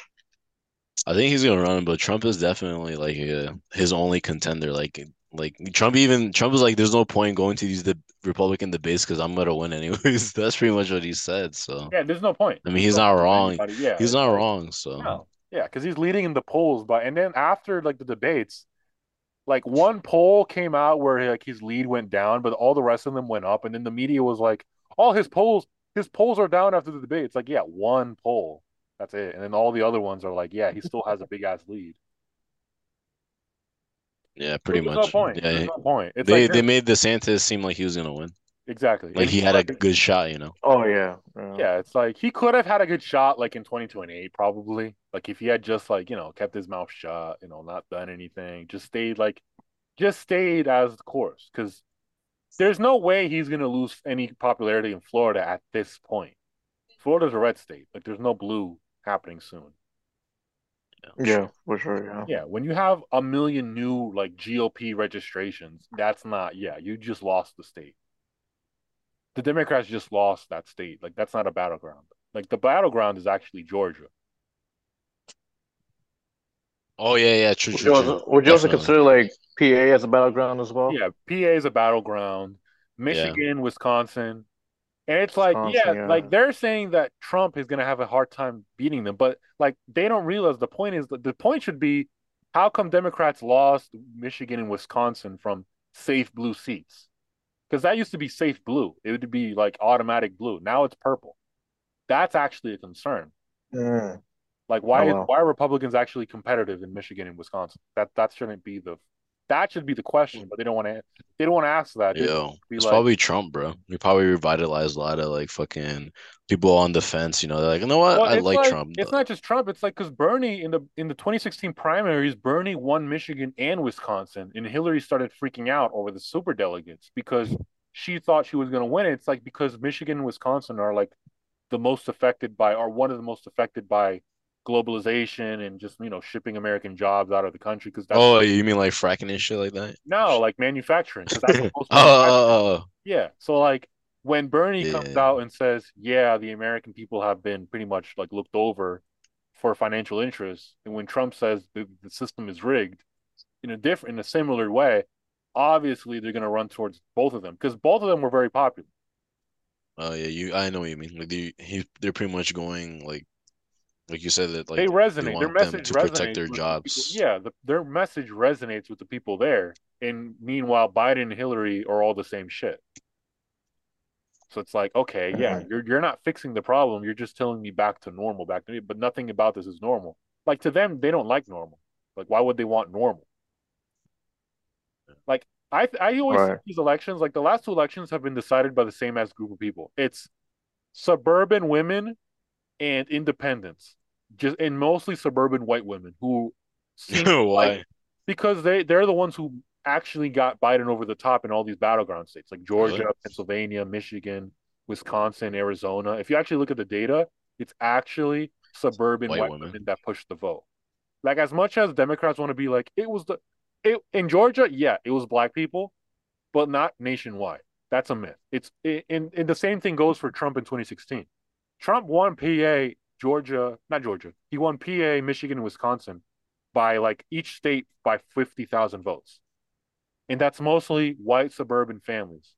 I think he's gonna run, but Trump is definitely like uh, his only contender. Like, like Trump even Trump was like, "There's no point going to these the Republican debates because I'm gonna win anyways." That's pretty much what he said. So
Yeah, there's no point.
I mean, he's
Don't
not
find
wrong.
anybody. Yeah,
He's not wrong. So
No. Yeah, because he's leading in the polls, but and then after like the debates, like one poll came out where like his lead went down, but all the rest of them went up, and then the media was like, "All his polls, his polls are down after the debate." It's like, yeah, one poll, that's it, and then all the other ones are like, yeah, he still has a big ass lead.
yeah, pretty
There's
much.
no point.
Yeah,
There's
he-
no point. It's
they
like
they made DeSantis seem like he was gonna win.
exactly
Like
And
he
it's
had a
like-
good shot, you know.
Oh yeah. Yeah.
Yeah, it's like he could have had a good shot like in 2028 probably. Like if he had just like, you know, kept his mouth shut, you know, not done anything, just stayed like just stayed as the course cuz there's no way he's going to lose any popularity in Florida at this point. Florida's a red state. Like there's no blue happening soon.
Yeah, for sure. Yeah.
Yeah, when you have a million new like GOP registrations, that's not yeah, you just lost the state. The Democrats just lost that state. Like that's not a battleground. Like the battleground is actually Georgia.
Oh yeah, yeah, true,
Would
true,
you
true.
also, would you also
Definitely.
consider like PA as a battleground as well?
Yeah, PA is a battleground. Michigan, Wisconsin. And it's like, yeah,
Wisconsin, yeah.
like they're saying that Trump is going to have a hard time beating them, but like they don't realize the point is the point should be how come Democrats lost Michigan and Wisconsin from safe blue seats? Because that used to be safe blue. It would be like automatic blue. Now it's purple. That's actually a concern.
Mm.
Like why
Oh,
is
wow.
why are Republicans actually competitive in Michigan and Wisconsin? That that shouldn't be the that should be the
Hmm.
question, but they don't want to they don't want to ask that. They-
Yo,
be
it's
like-
probably Trump, bro. He probably revitalized a lot of like fucking people on the fence. You know, they're like, you know what?
Well,
I
it's
like Trump.
It's not just Trump. It's like because Bernie in the in the 2016 primaries, Bernie won Michigan and Wisconsin, and Hillary started freaking out over the superdelegates because she thought she was going to win it. It's like because Michigan and Wisconsin are like the most affected by, are one of the most affected by globalization and just you know shipping American jobs out of the country because that's
Oh, you mean like fracking and shit like that?
no like manufacturing 'cause that's the most
Oh, oh, oh,
yeah. So like when Bernie comes
Yeah.
out and says, "Yeah, the American people have been pretty much like looked over for financial interests," and when Trump says the, the system is rigged in a different, in a similar way, obviously they're going to run towards both of them because both of them were very popular.
oh, Oh, yeah. You, I know what you mean. Like they, he, they're pretty much going like, like you said that like
they resonate. Their
want them
message
to protect
resonates
their
with the
jobs.
People. Yeah, the, their message resonates with the people there, and meanwhile, Biden and Hillary are all the same shit. So it's like, okay, yeah, you're you're not fixing the problem. You're just telling me back to normal, back to but nothing about this is normal. Like to them, they don't like normal. Like, why would they want normal? Like I I always see
Right.
these elections, like the last two elections have been decided by the same as group of people. It's suburban women and independents, just and mostly suburban white women who seem
Why?
like because they they're the ones who actually got Biden over the top in all these battleground states like Georgia,
Really?
Pennsylvania, Michigan, Wisconsin, Arizona. If you actually look at the data, it's actually suburban
White
white,
women.
women. that push the vote. Like as much as Democrats want to be like it was the it in Georgia, yeah, it was black people, but not nationwide. That's a myth. It's i- and and the same thing goes for Trump in 2016. Trump won PA, Georgia, not Georgia. He won PA, Michigan, and Wisconsin by like each state by 50,000 votes. And that's mostly white suburban families.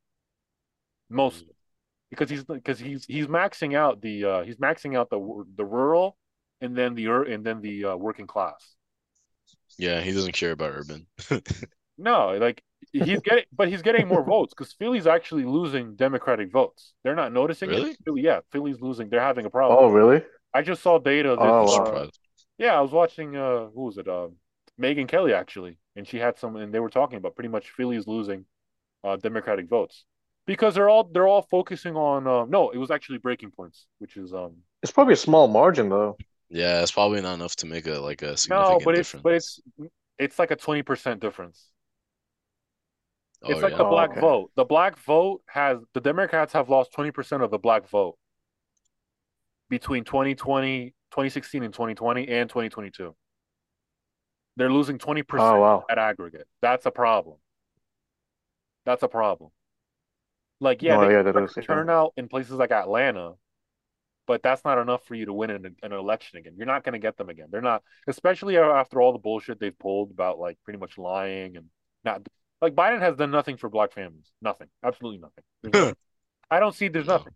Mostly. Because he's because he's he's maxing out the uh he's maxing out the wor- the rural and then the ur- and then the uh, working class.
Yeah, he doesn't care about urban.
No, like he's getting but he's getting more votes because Philly's actually losing Democratic votes. They're not noticing it.
Really?
Philly, yeah, Philly's losing. They're having a problem.
Oh, really?
I just saw data this
Oh,
I'm
wow.
uh,
surprised.
Yeah, I was watching uh who was it? Um Megan Kelly actually, and she had some and they were talking about pretty much Philly's losing uh Democratic votes. Because they're all they're all focusing on uh, no, it was actually breaking points, which is um
It's probably a small margin though.
Yeah, it's probably not enough to make a like a
no,
significant
but it's
difference.
but it's it's like a 20% difference.
Oh,
It's like
yeah.
the
Oh,
black
okay.
vote. The black vote has the Democrats have lost 20% of the black vote between 2020, 2016 and 2020 and 2022. They're losing 20%
Oh, wow.
at aggregate. That's a problem. That's a problem. Like, yeah,
No,
they
Oh, yeah,
can
that is, yeah.
turn out in places like Atlanta, but that's not enough for you to win an, an election again. You're not going to get them again. They're not, especially after all the bullshit they've pulled about like pretty much lying and not like Biden has done nothing for black families. Nothing. Absolutely nothing. There's nothing. I don't see there's
No.
nothing.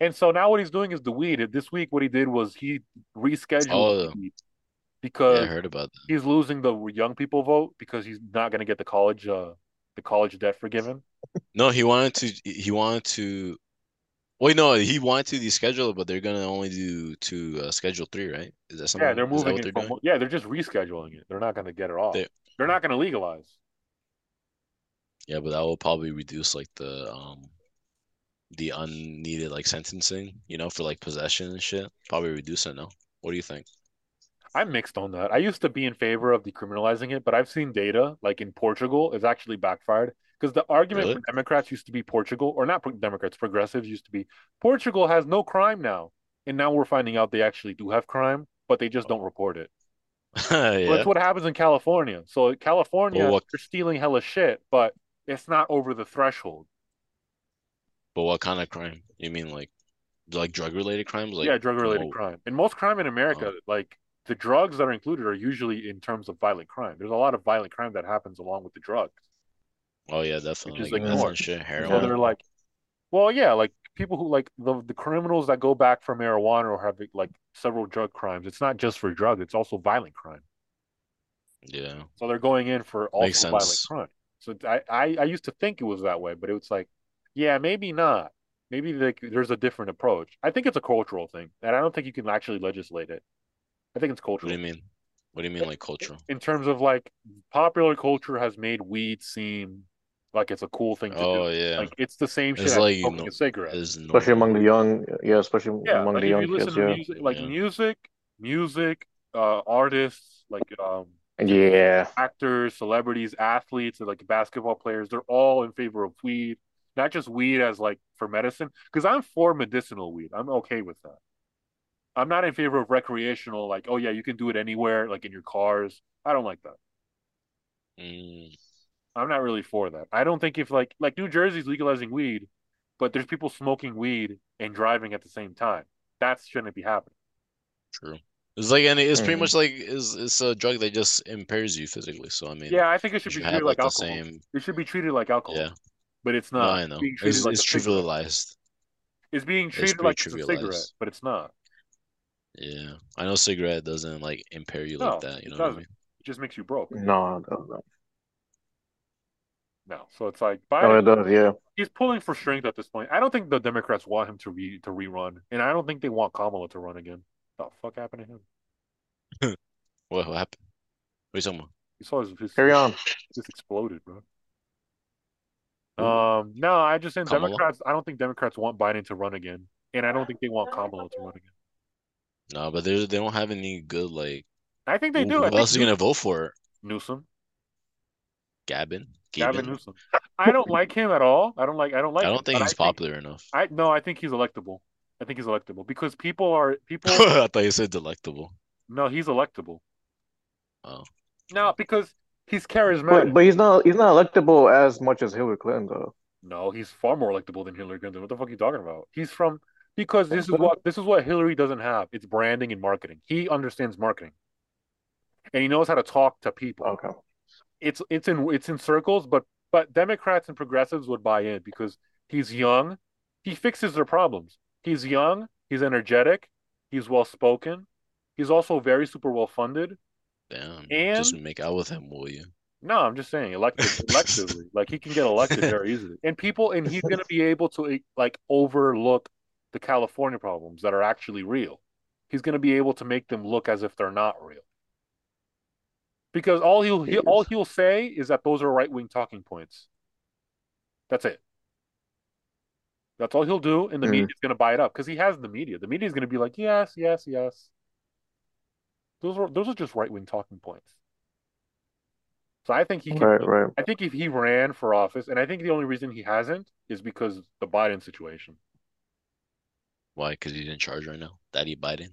And so now what he's doing is the weed. This week, what he did was he rescheduled
Oh.
the weed
Yeah,
because
I heard about that.
he's losing the young people vote because he's not going to get the college uh the college debt forgiven.
No, he wanted to. He wanted to. Wait, no, he wanted to deschedule, it, but they're gonna only do to uh, schedule three, right? Is that something?
Yeah, they're
is that
moving
what
it
they're
from
doing?
yeah, they're just rescheduling it. They're not going to get it off.
They-
They're not going to legalize.
Yeah, but that will probably reduce like the um the unneeded like sentencing, you know, for like possession and shit. Probably reduce it, no? What do you think?
I'm mixed on that. I used to be in favor of decriminalizing it, but I've seen data like in Portugal, it's actually backfired because the argument
Really?
for Democrats used to be Portugal, or not pro- Democrats, progressives used to be Portugal has no crime now. And now we're finding out they actually do have crime, but they just don't report it. Well,
Yeah.
That's what happens in California. So California,
Well, what-
they're stealing hella shit, but it's not over the threshold.
But what kind of crime? You mean like like drug related crimes? Like oh, Uh-huh.
yeah, drug related
promote-
crime. And most crime in America, like the drugs that are included are usually in terms of violent crime. There's a lot of violent crime that happens along with the drugs.
Oh yeah, definitely.
is,
Like
like,
meth
more.
and shit,
So
heroin.
they're like, well, yeah, like people who like the the criminals that go back for marijuana or have like several drug crimes. It's not just for drug; it's also violent crime.
Yeah.
So they're going in for
Makes
also violent
sense.
crime. So I, I I used to think it was that way, but it was like, yeah, maybe not. Maybe like there's a different approach. I think it's a cultural thing, and I don't think you can actually legislate it. I think it's
What do
cultural.
you mean? What do you mean like cultural?
in terms of like popular culture has made weed seem like it's a cool thing to
Oh
do.
yeah.
Like it's the same shit
It's
as
like, you
smoking
know,
a cigarette.
It's
especially
normal.
among the young. Yeah, especially
yeah,
among
like
the
if
young
you listen
kids.
to
Yeah,
music, like
Yeah.
music, music, uh, artists, like um,
yeah.
actors, celebrities, athletes, and like basketball players, they're all in favor of weed. Not just weed as like for medicine, because I'm for medicinal weed. I'm okay with that. I'm not in favor of recreational, like, oh yeah, you can do it anywhere, like in your cars. I don't like that.
Mm,
I'm not really for that. I don't think if like like New Jersey's legalizing weed, but there's people smoking weed and driving at the same time. That shouldn't be happening.
true. It's like any it's
Hmm.
pretty
Mhm.
much like is it's a drug that just impairs you physically. So I mean
Yeah, I think it
you
should be
should
treated
have like
like
the
alcohol.
same
It should be treated like alcohol,
yeah.
but it's
No,
not.
I
It's
know.
being treated
It's
like
it's
a cigarette.
trivialized.
It's being treated
pretty
like it's a cigarette,
trivialized.
but it's not.
Yeah. I know cigarette doesn't like impair you like
No,
that, you
it
know what I
doesn't.
mean?
It just makes you broke.
No, no, no.
No, so it's like
No,
Biden.
it does. Yeah,
He's pulling for strength at this point. I don't think the Democrats want him to re to rerun, and I don't think they want Kamala to run again. What the fuck happened to him?
What, what happened? What are you talking about?
You saw his, his
carry on.
just exploded, bro. Um, no, I just think
Kamala?
Democrats. I don't think Democrats want Biden to run again, and I don't think they want Kamala to run again.
No, but they they don't have any good like
I think they
who,
do. I
who
think
else is gonna vote for?
Newsom,
Gavin?
Gavin
Gabin?
Newsom. I don't like him at all. I don't like. I don't
I
like. him,
don't think
but
he's
I
popular enough.
I no. I think he's electable. I think he's electable because people are people.
I thought you said delectable.
no, he's electable.
Oh.
No, because he's charismatic.
But but he's not he's not electable as much as Hillary Clinton though.
No, he's far more electable than Hillary Clinton. What the fuck are you talking about? He's from because this is what this is what Hillary doesn't have. It's branding and marketing. He understands marketing. And he knows how to talk to people.
Okay.
It's it's in it's in circles, but but Democrats and progressives would buy in because he's young. He fixes their problems. He's young, he's energetic, he's well spoken, he's also very super well funded.
Damn, just
And
make out with him, will you?
no, I'm just saying elected electively. Like he can get elected very easily. And people and he's gonna be able to eh, like overlook the California problems that are actually real. He's gonna be able to make them look as if they're not real. Because all he'll he, all he'll say is that those are right wing talking points. That's it. That's all he'll do, and the
Mm.
media's gonna buy it up because he has the media. The media's gonna be like, yes, yes, yes. Those are those are just right wing talking points. So I think he can.
Right, right.
I think if he ran for office, and I think the only reason he hasn't is because the Biden situation.
Why? Because he's in charge right now. Daddy Biden.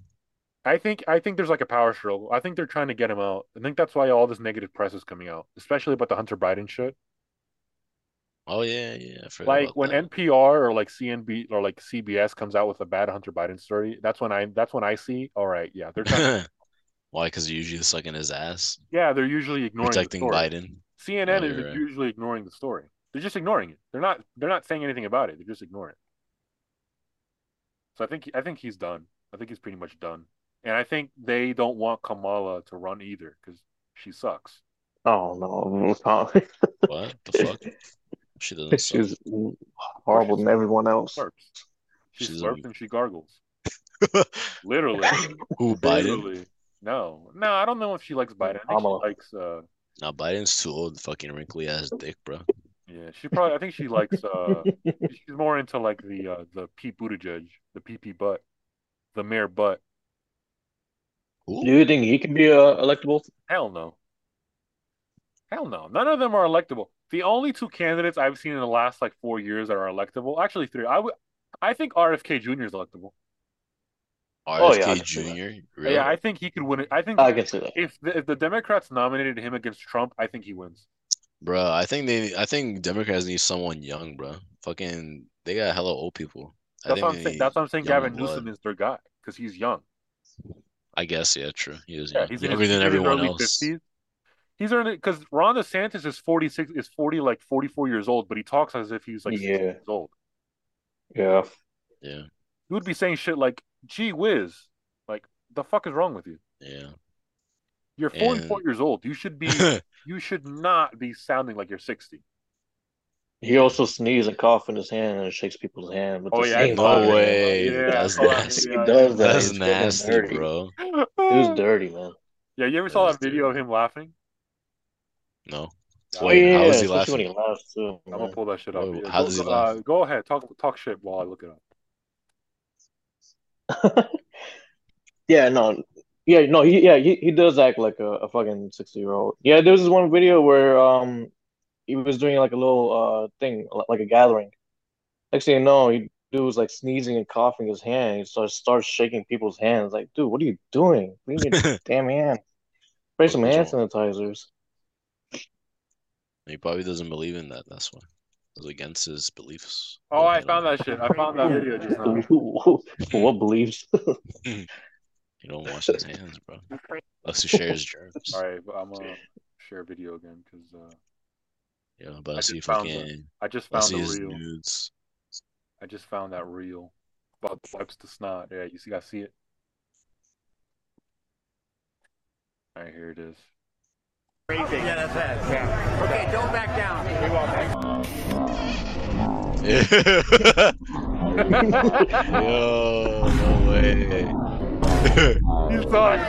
I think I think there's like a power struggle. I think they're trying to get him out. I think that's why all this negative press is coming out, especially about the Hunter Biden shit.
Oh yeah, yeah. I forgot
Like
about
when
that.
NPR or like CNB or like CBS comes out with a bad Hunter Biden story, that's when I that's when I see. All right, yeah, they're trying,
Why? Because usually they're sucking his ass,
yeah they're usually ignoring the
protecting
story.
Biden.
CNN
No,
is
you're right.
usually ignoring the story. They're just ignoring it. They're not they're not saying anything about it. They're just ignoring it. So I think I think he's done. I think he's pretty much done. And I think they don't want Kamala to run either because she sucks.
Oh no,
What the fuck? She doesn't.
she
Suck.
was horrible than everyone else.
Slurps. She
She's a-
slurps and she gargles. Literally.
Who Biden?
Literally. No. No, I don't know if she likes Biden. I think
Kamala.
she likes uh
Nah, Biden's too old. Fucking wrinkly ass dick, bro.
yeah, she probably I think she likes uh she's more into like the uh the Pete Buttigieg, the PP butt, the mayor butt.
Who?
Do you think he can be uh, electable?
Hell no. Hell no. None of them are electable. The only two candidates I've seen in the last like four years that are electable, actually three. I would, I think RFK Jr. is electable.
Oh,
RFK
yeah, I can see that.
Jr. Really?
Yeah, I think he could win it. I think
I can see that.
if the, if the Democrats nominated him against Trump, I think he wins.
Bro, I think they, I think Democrats need someone young, bro. Fucking, they got hella old people. I
That's
think
what I'm
they
saying.
need-
That's what I'm saying.
young
Gavin Newsom
blood.
is their guy because he's young.
I guess, yeah, true. He is
Yeah,
young.
he's in
younger
his,
than
he's in his
everyone
early
else.
50s. He's earning because Ron DeSantis is 46, is 40, like 44 years old, but he talks as if he's like 60
Yeah.
years old.
Yeah.
Yeah,
He would be saying shit like, gee whiz, like, the fuck is wrong with you?
yeah.
You're 44 years old. You should be you should not be sounding like you're 60.
He also sneezes and coughs in his hand and shakes people's hand with
Oh,
the
yeah, I
same
No
saw that.
body.
way.
Yeah,
That's
I saw that.
nasty.
He
Yeah,
does that.
That's
He's fucking
nasty,
dirty.
bro.
He was dirty, man.
Yeah, you ever
That
saw
is
that video of him laughing?
No.
Yeah.
Oh
Wait, how
yeah,
is he
especially when
laughing?
he laughs too,
I'm gonna
man.
pull that shit up.
Whoa,
Yeah,
how
go,
does he
go-
laugh?
uh, go ahead, talk talk shit while I look it up.
Yeah, no, yeah, no, he, yeah, he, he does act like a, a fucking 60 year old. Yeah, there was this one video where um he was doing like a little uh thing, li- like a gathering. Next thing you know, he dude was like sneezing and coughing his hand. He starts starts shaking people's hands. Like, dude, what are you doing? Leave me your damn hand. Spray some
Fucking
hand
Joel.
sanitizers.
He probably doesn't believe in that. That's why. It was against his beliefs.
Oh, I found that shit. I found that video just now.
What believes?
You don't wash his hands, bro. Unless he shares germs.
All right, but I'm gonna share a video again because uh,
Yeah, but I
I
see
just found that.
fucking.
I just
I
found
see
the
his
reel.
nudes.
I just found that reel. Bob wipes the snot. Yeah, you see, I see it. All right, here it is.
Yeah, that's it. Yeah. Okay, don't back down. We won't back
Yo, no way.
You saw it,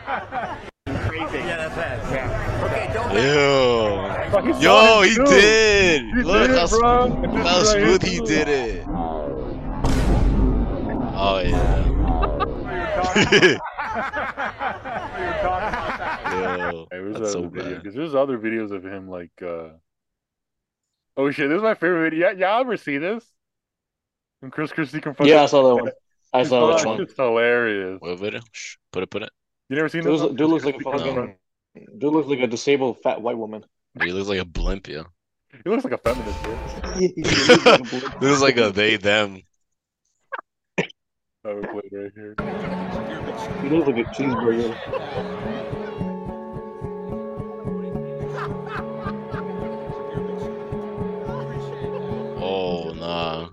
Crazy. Yeah, that's it. Yeah. Okay, don't back
Yo.
Fucking
Yo,
saw it
he
too.
did.
He
Look
did
how,
it,
sm-
bro. This
how
is right
smooth he
here.
did it. Oh, yeah. Yo.
Hey, where's
That's
that
so
other video?
bad.
Because there's other videos of him like uh Oh shit, this is my favorite video. Yeah, y'all ever see this? And Chris Christie confronted
Yeah, I saw that one. I saw
Which
that
It's
one?
one.
just hilarious.
What video? Shh. Put it, put it.
You never seen
Dude
this?
looks,
one?
dude looks
Chris
like a
Christie confronted-
fucking dude looks like a disabled fat white woman.
He looks like a blimp, yo.
He looks like a feminist. Dude.
This is like a they, them.
That we played right here.
He looks like a cheeseburger.
Oh, nah.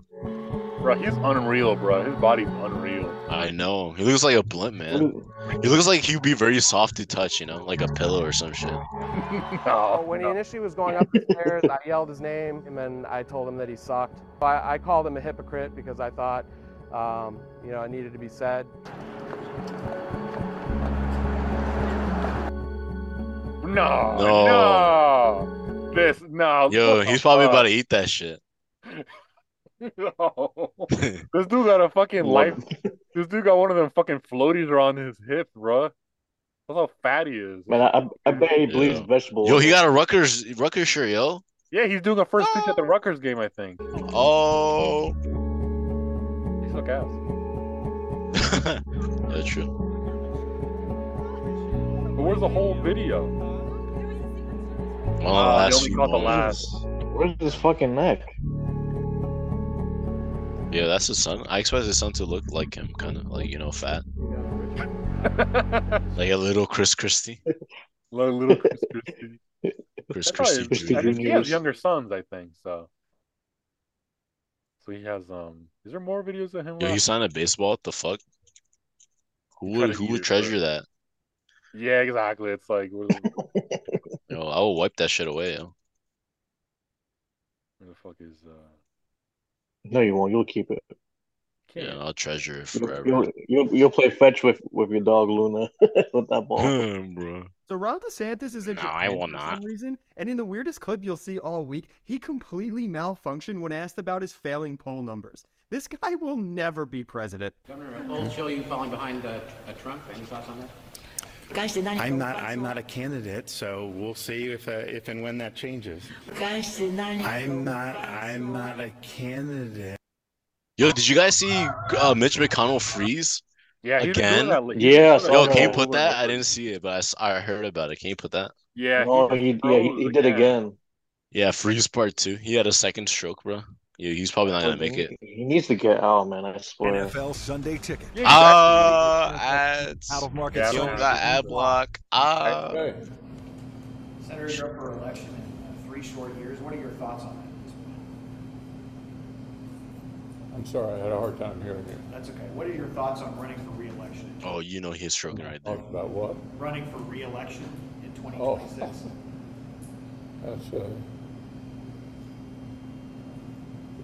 Bro, he's unreal, bro. His body's unreal.
I know. He looks like a blimp, man. He looks like he'd be very soft to touch, you know, like a pillow or some shit.
No,
So Oh, when he
no.
initially was going up the stairs, I yelled his name and then I told him that he sucked. I, I called him a hypocrite because I thought, um, you know, it needed to be said.
No,
No.
no. This no.
Yo,
what the
he's probably
fuck?
about to eat that shit.
No. This dude got a fucking life. This dude got one of them fucking floaties around his hip, bro. That's how fat he is.
Man, I, I bet he believes
Yeah.
vegetables.
Yo, he got a Rutgers Rutgers shirt, yo.
Yeah, he's doing a first pitch at the Rutgers game, I think.
Oh.
He's so ass.
yeah, true.
But where's the whole video?
One of the
Ah, they
last
only
few
caught the
moments.
last.
Where's his fucking neck?
Yeah, that's his son. I expect his son to look like him, kind of like you know, fat, like a little Chris Christie.
little, little Chris Christie.
Chris
I thought
Christie.
it-
Christie
I
Jr.
think he has
Juniors.
younger sons, I think. So, so he has. Um, is there more videos of him?
Yo, he
left?
signed a baseball. What the fuck? Who
Cut
would
it
who would
either,
treasure that?
Yeah, exactly. It's like where the,
Yo, I would wipe that shit away. Yo.
where the fuck is uh?
No, you won't. You'll keep it.
Yeah,
Can't.
I'll treasure it
You'll,
forever,
you'll, you'll, you'll play fetch with, with your dog Luna with that ball.
bro.
So Ron DeSantis is in
No,
Japan
I will
for
not.
some reason, and in the weirdest clip you'll see all week, he completely malfunctioned when asked about his failing poll numbers. This guy will never be president.
Governor, polls show you falling behind uh, uh, Trump. Any thoughts on that?
Guys, the 9
I'm not, I'm not a candidate, so we'll see if, uh, if and when that changes.
Guys, the 9
I'm not, I'm not a candidate.
Yo, did you guys see uh, Mitch McConnell freeze?
Yeah, he's
Again?
doing that li- he's
Yeah,
doing that
Yo,
Oh,
can you
no.
put that? I
over and over.
didn't see it, but I s- I, heard about it. Can you put that?
Yeah,
No,
just
he, yeah, he,
froze
he did again.
Yeah, freeze part two. He had a second stroke, bro. Yeah, he's probably not gonna make it.
He, he needs to get out, man. I swear.
NFL Sunday Ticket.
Uh,
Yeah,
Ah,
Out
ads.
of market.
Yeah,
You
zone.
don't got ad block.
Uh,
Ah.
Senators are up for election in uh, three short years. What are your thoughts on that?
I'm sorry, I had a hard time hearing you.
That's okay. What are your thoughts on running for reelection?
Oh, you know he's stroking right there.
Talk about what?
Running for reelection in
Oh.
2026?
That's, uh,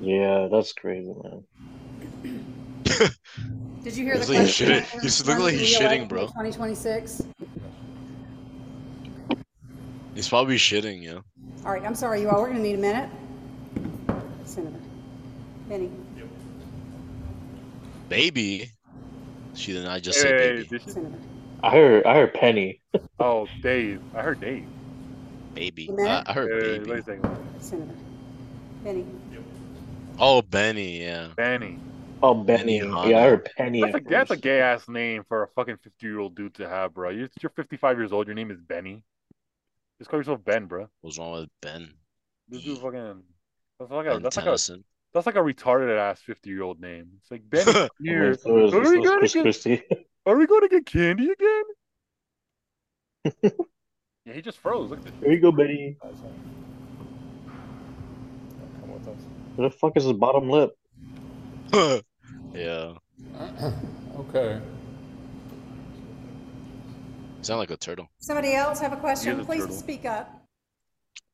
Yeah, that's crazy, man.
Did you hear
Looks
the
like he's
question?
shitting- he's- look like he's shitting, bro.
Twenty twenty six.
He's probably shitting, yo.
All right, I'm sorry, you all. We're gonna need a minute. Senator, Benny.
Baby. She did not just
Hey,
say
hey,
baby.
this is-
Senator.
I heard, I heard Penny.
oh, Dave. I heard Dave.
Baby.
Amen.
I, I
Wait,
heard
wait, wait, wait
baby.
a second.
Senator. Benny.
Oh, Benny, yeah.
Benny.
Oh, Benny.
Penny
Yeah, I
Hardaway.
heard Penny.
That's a,
at
that's a
first.
gay ass name for a fucking 50 year old dude to have, bro. You're, you're 55 years old. Your name is Benny. Just call yourself Ben, bro.
What's wrong with Ben?
This dude fucking. That's like a,
Ben
that's like a,
Tennyson.
that's like a retarded ass 50 year old name. It's like Benny.
I
here.
mean, so is-
Who do we
so is
gotta
Chris
get-
Christie.
Are we going to get candy again? yeah, he just froze. Look at this.
Here you go, Benny.
Guys, like, don't come with us.
Where the fuck is his bottom lip?
yeah.
okay.
Sound like a turtle.
Somebody else have a
He
question?
is a
Please
turtle.
speak up.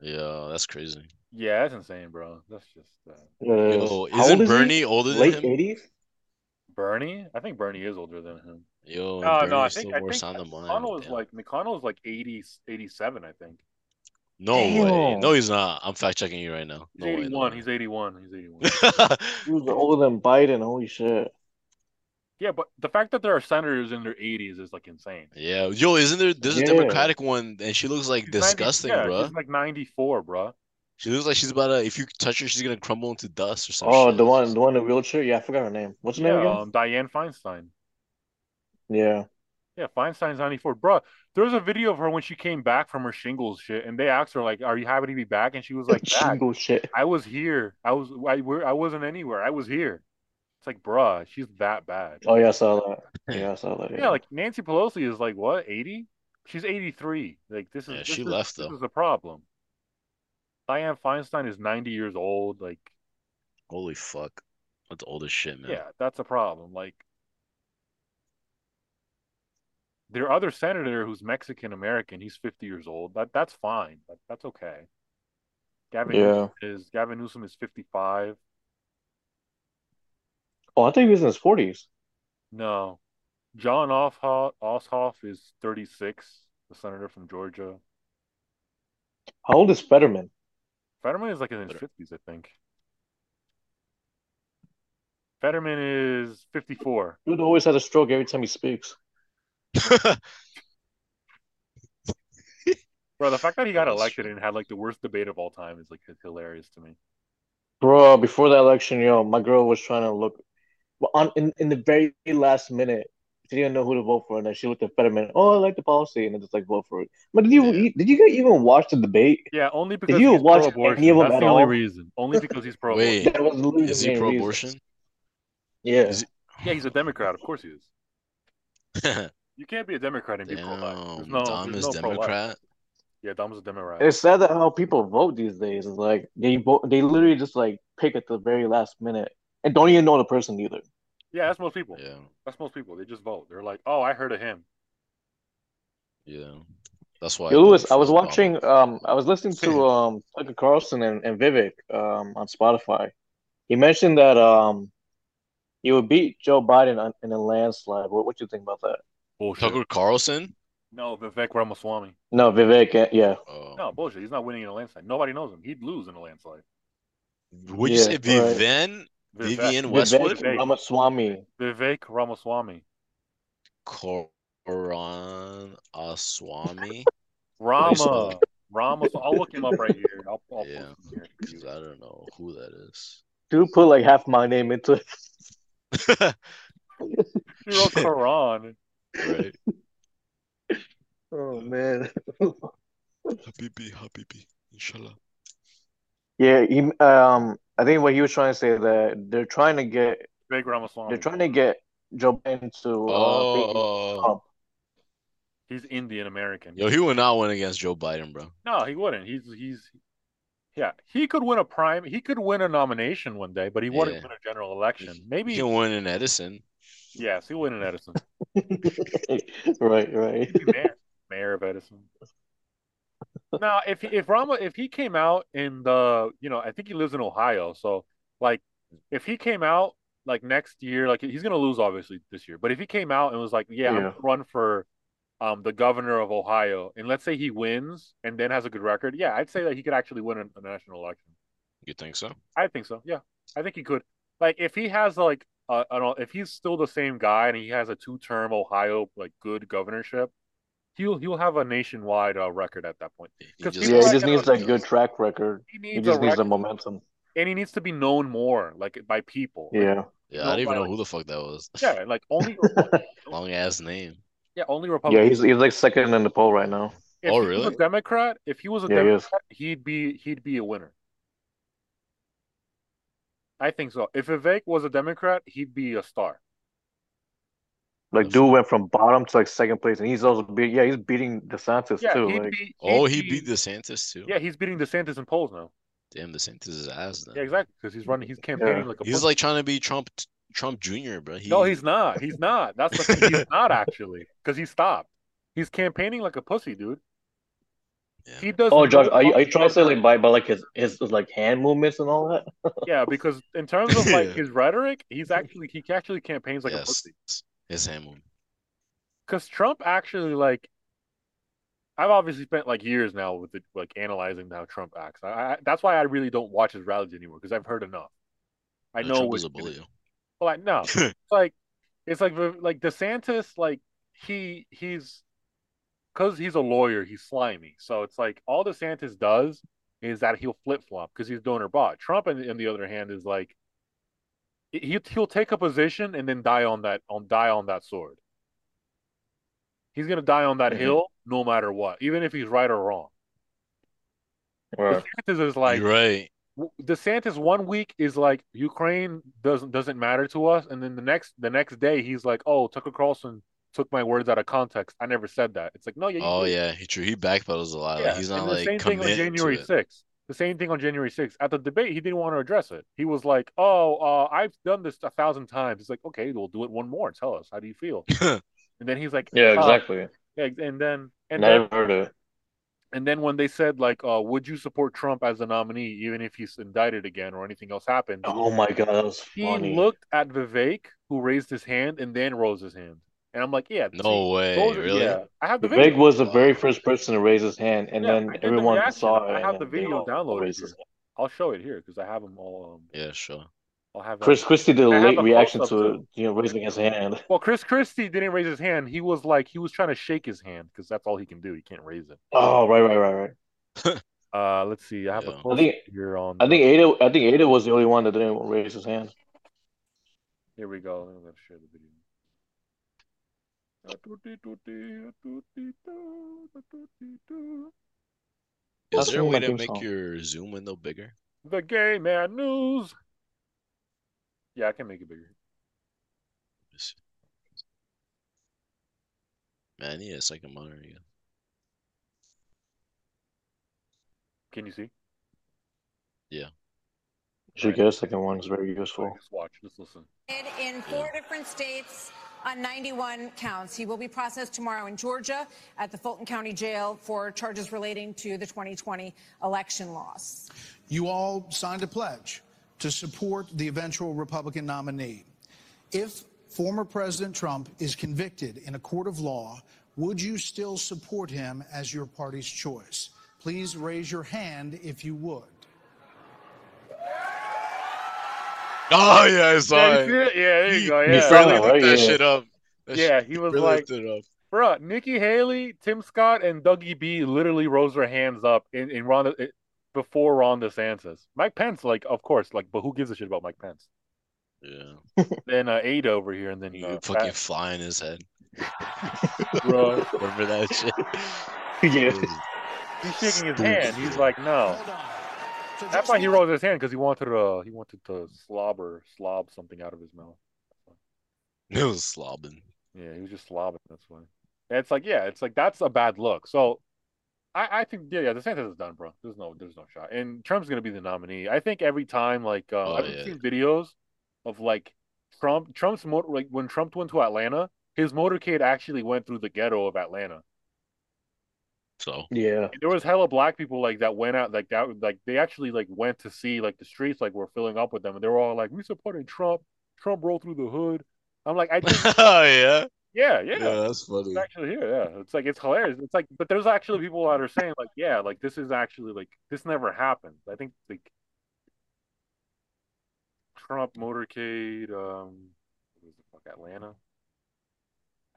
Yeah, that's crazy.
Yeah, that's insane, bro. That's just uh,
Yeah, it is.
Yo,
How old
isn't
is he?
Bernie older than
Late
him?
80s?
Bernie. I think Bernie is older than him.
Yo, and
Oh
Bernie's
no, I
still
think I think
worse on the mind.
McConnell's
damn.
like McConnell's like 80, 87, I think.
No way.
Damn.
No, he's not. I'm fact checking you right now. No
He's
way, no
81.
way.
He's 81. He's 81.
He was older than Biden. Holy shit.
yeah, but the fact that there are senators in their 80s is like insane.
yeah. Yo, isn't there there's a
Yeah.
Democratic one and she looks like
She's 90
disgusting,
yeah,
bro.
She's like 94, bro.
She looks like she's about to if you touch her, she's gonna crumble into dust or something.
Oh, the one, the one in the wheelchair. Yeah, I forgot her name. What's her name
Yeah,
again?
um, Diane Feinstein.
Yeah.
Yeah, Feinstein's 94. Bro, there was a video of her when she came back from her shingles shit, and they asked her, like, are you happy to be back? And she was like, back.
Shingle shit.
I was here. I was I, where, I wasn't anywhere. I was here. It's like, bruh, she's that bad.
Oh yeah, I saw that. Yeah, I saw that.
Yeah, like Nancy Pelosi is like what, 80? She's 83. Like this is
Yeah,
this
she
is-
left,
This
though.
is the problem. Diane Feinstein is 90 years old. Like,
Holy fuck. That's old as shit, man.
yeah, that's a problem. Like their other senator who's Mexican American, he's 50 years old. That that's fine. Like that's okay. Gavin
Yeah.
Newsom is Gavin Newsom is 55.
Oh, I think he was in his 40s.
No. John Ossoff, Ossoff is 36, the senator from Georgia.
How old is Fetterman?
Fetterman is like in his
Fetter-
50s, I think. Fetterman is 54.
Dude always has a stroke every time he speaks.
Bro, the fact that he got
That's
elected
true.
and had like the worst debate of all time is like hilarious to me.
Bro, before the election, yo, my girl was trying to look well, on in, in the very last minute. she didn't know who to vote for, and then she looked at Fetterman. Oh, I like the policy, and then just like vote for it. But did you did you guys even watch the debate?
Yeah, only
Did
because
you
he's
watch
pro-abortion.
any of them
That's
at
the only
all?
reason. Only because he's pro.
Wait,
That was literally
is
the
he
main
pro-abortion?
Yeah.
Yeah, he's a Democrat. Of course he is.
Damn,
You can't be a Democrat and be pro-life. There's no,
Dom
there's
is
no pro-life.
Democrat.
Yeah, Dom's a Democrat.
It's sad that how people vote these days. It's like they vote, they literally just like pick at the very last minute and don't even know the person either.
Yeah, that's most people.
Yeah,
That's most people. They just vote. They're like, oh, I heard of him.
yeah. That's why.
Yo, Louis,
voted
I was
for Obama.
watching, um, I was listening to um Tucker Carlson and, and Vivek um on Spotify. He mentioned that um he would beat Joe Biden on, in a landslide. What what you think about that?
Bullshit.
Tucker Carlson.
No, Vivek Ramaswamy.
No, Vivek, eh, yeah.
Oh.
No, bullshit. He's not winning in a landslide. Nobody knows him. He'd lose in a landslide.
Would you
Yeah,
say
right.
Vivian?
Vivek.
Vivian
Vivek.
Westwood?
Vivek.
Ramaswamy.
Vivek Ramaswamy.
Koran Aswami?
Rama. Ramas. I'll look him up right here. I'll, I'll
Yeah.
post him here.
Because I don't know who that is.
Dude put like half my name into it.
He wrote Quran.
Right.
Oh man.
Habibi, Habibi, inshallah.
Yeah, he um I think what he was trying to say that they're trying to get
Vivek Ramaswamy.
they're trying to get Joe Biden to uh beat
Oh,
Trump.
He's Indian American.
yo, he would not win against Joe Biden, bro.
No, he wouldn't. He's he's yeah. He could win a prime. He could win a nomination one day, but he wouldn't
Yeah.
win a general election.
He
Maybe
can win in Edison.
yes, he win in Edison.
Right, right.
He'd be mayor, mayor of Edison. Now, if he, if Rama if he came out in the you know I think he lives in Ohio, so like if he came out like next year, like he's gonna lose obviously this year, but if he came out and was like, yeah, I'm
Yeah.
gonna run for um the governor of Ohio, and let's say he wins and then has a good record, yeah, I'd say that he could actually win a, a national election.
You think so?
I think so. Yeah, I think he could. Like, if he has like, uh, I don't know, if he's still the same guy and he has a two-term Ohio like good governorship, he'll he'll have a nationwide uh, record at that point.
He
'Cause
just
people
Yeah,
are
he
has-
just
gonna-
needs that good track record.
He
He
needs a
just needs the
record,
momentum.
and he needs to be known more, like by people. Like,
Yeah.
Yeah, I don't even
Nobody.
know who the fuck that was.
yeah, like only,
Long ass name.
yeah, only
Yeah,
Republicans.
he's he's like second in the poll right now.
if
Oh,
he was a
really?
Democrat, if he was a
Yeah, he is.
Democrat, he'd be he'd be a winner. I think so. If Vivek was a Democrat, he'd be a star.
Like,
That's
dude
fine.
went from bottom to like second place, and he's also beat. Yeah, he's beating DeSantis
Yeah,
too.
he'd
Like,
be.
Oh,
he'd
he
be-
beat DeSantis too.
Yeah, he's beating DeSantis in polls now.
Damn, DeSantis is ass then.
Yeah, exactly. Because he's running, he's campaigning like a.
He's
pussy.
like trying to be Trump Trump Jr., bro.
no,
He-
he's not. He's not. That's the thing. He's not actually because he stopped. He's campaigning like a pussy, dude.
Yeah.
He does.
oh, Josh,
no
are you, are you
fucking-
trying to say like by by like his his like hand movements and all that?
Yeah, because in terms of like
Yeah.
his rhetoric, he's actually he actually campaigns like a
yes.
pussy.
His hand movement.
Because Trump actually like. I've obviously spent like years now with it, like analyzing how Trump acts. I, I that's why I really don't watch his rallies anymore because I've heard enough. I
No,
know
Uh, Trump
what
is a
he's gonna
bully.
Well, Like no, it's like it's like the- like DeSantis, like he he's because he's a lawyer, he's slimy. So it's like all DeSantis does is that he'll flip flop because he's donor bought. Trump, on, on the other hand, is like he he'll take a position and then die on that on die on that sword. He's gonna die on that
Mhm.
hill no matter what, even if he's right or wrong.
Right.
DeSantis is like
You're right.
w- DeSantis one week is like Ukraine doesn't doesn't matter to us, and then the next the next day he's like, oh, Tucker Carlson took my words out of context. I never said that. It's like, no, yeah, you
Oh
did.
yeah, he true. He backpedals a lot. Like, he's
And
not
the
like
same thing on
committed to
January
it.
sixth. The same thing on January sixth at the debate, he didn't want to address it. He was like, oh, uh, I've done this a thousand times. It's like, okay, we'll do it one more. Tell us, how do you feel? and then he's like,
Yeah,
uh,
exactly.
yeah, and then and then
Never heard of it.
and then when they said like, uh, would you support Trump as the nominee even if he's indicted again or anything else happens?
Uh-huh.
Oh my god, that was
He
funny.
looked at Vivek, who raised his hand, and then rose his hand. And I'm like, yeah,
No
see,
way,
those are-
really?
yeah, I have the video.
Vivek was the
Wow.
very first person to raise his hand, and
Yeah, I
then
did the
everyone
reaction.
saw it.
I
and
have the
then they
video
all
downloaded
raised
here.
his hand.
I'll show it here because I have them all. Um,
Yeah, sure.
I'll have that.
Chris Christie did a
I have
late
a
reaction
close-up,
to it,
too.
you know, raising his hand.
Well, Chris Christie didn't raise his hand. He was like, he was trying to shake his hand because that's all he can do. He can't raise it.
Oh, right, right, right, right.
Uh, let's see. I have
Yeah.
a
I
close
think-
here on.
I
the-
think Ada, I think Ada was the only one that didn't raise his hand.
Here we go. I'm gonna share the video.
Is
That's
there a
one
way
that
to
gives
make
off.
your Zoom window bigger?
The gay man news. Yeah, I can make it bigger.
Man, yeah, it's like a monitor. Yeah.
Can you see?
You should get a second one. It's very useful.
Just watch. Just listen.
in four different states on 91 counts. He will be processed tomorrow in Georgia at the Fulton County Jail for charges relating to the 2020 election loss.
You all signed a pledge to support the eventual Republican nominee. If former President Trump is convicted in a court of law, would you still support him as your party's choice? Please raise your hand if you would.
Oh yeah, I saw
Yeah,
it.
you see it? Yeah, there you
He-
go.
he
Yeah,
really Oh, looked that yeah. shit up. That
yeah,
shit-
he
he
was
really
like,
looked it up.
bruh, Nikki Haley, Tim Scott, and Dougie B literally rose their hands up in, in Ron eh, before Ron DeSantis. Mike Pence, like, of course, like, but who gives a shit about Mike Pence?
Yeah.
then uh, Ada over here, and then
He
uh,
would fucking
Pat-
fly in his head.
Bro.
Remember that shit?
He's shaking his hand. He's like, no. Oh. That's why he rose his hand because he wanted to. Uh, he wanted to slobber, slob something out of his mouth.
It was slobbing.
Yeah, he was just slobbing. That's why. And it's like, yeah, it's like that's a bad look. So, I, I think, yeah, yeah, DeSantis is done, bro. There's no, there's no shot. And Trump's gonna be the nominee. I think every time, like, uh,
Oh,
I've
yeah.
seen videos of like Trump, Trump's motor, like when Trump went to Atlanta, his motorcade actually went through the ghetto of Atlanta.
So
yeah,
And there was hella black people like that went out like that like they actually like went to see like the streets like were filling up with them and they were all like we supporting Trump Trump rolled through the hood I'm like I think
oh yeah
yeah yeah,
that's funny
It's actually here yeah it's like it's hilarious it's like but there's actually people that are saying like yeah like this is actually like this never happened I think like Trump motorcade um what was the fuck Atlanta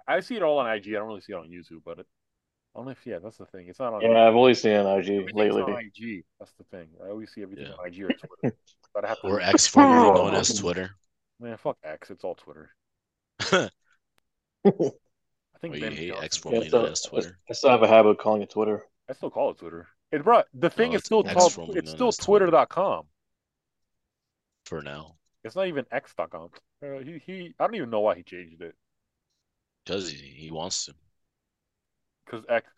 I see it all on IG I don't really see it on YouTube but it, I don't know if yeah that's the thing it's not on
Yeah, I've only seen it on IG
Everything's
lately.
on IG. That's the thing. I always see everything on IG or Twitter. but I have to
Or X formerly
Oh.
known as Twitter.
Man, fuck X. It's all Twitter. I think
Well, you
Ben
hate
Johnson-
X
Yeah, I
formerly
still,
known as Twitter.
I still have a habit of calling it Twitter.
I still call it Twitter. It bro, the thing
No,
is
it's
still
X
called
formerly
it's
known
still
as
Twitter.com.
for now
It's not even X.com. Uh, he he I don't even know why he changed it.
because he, he wants to.
Because X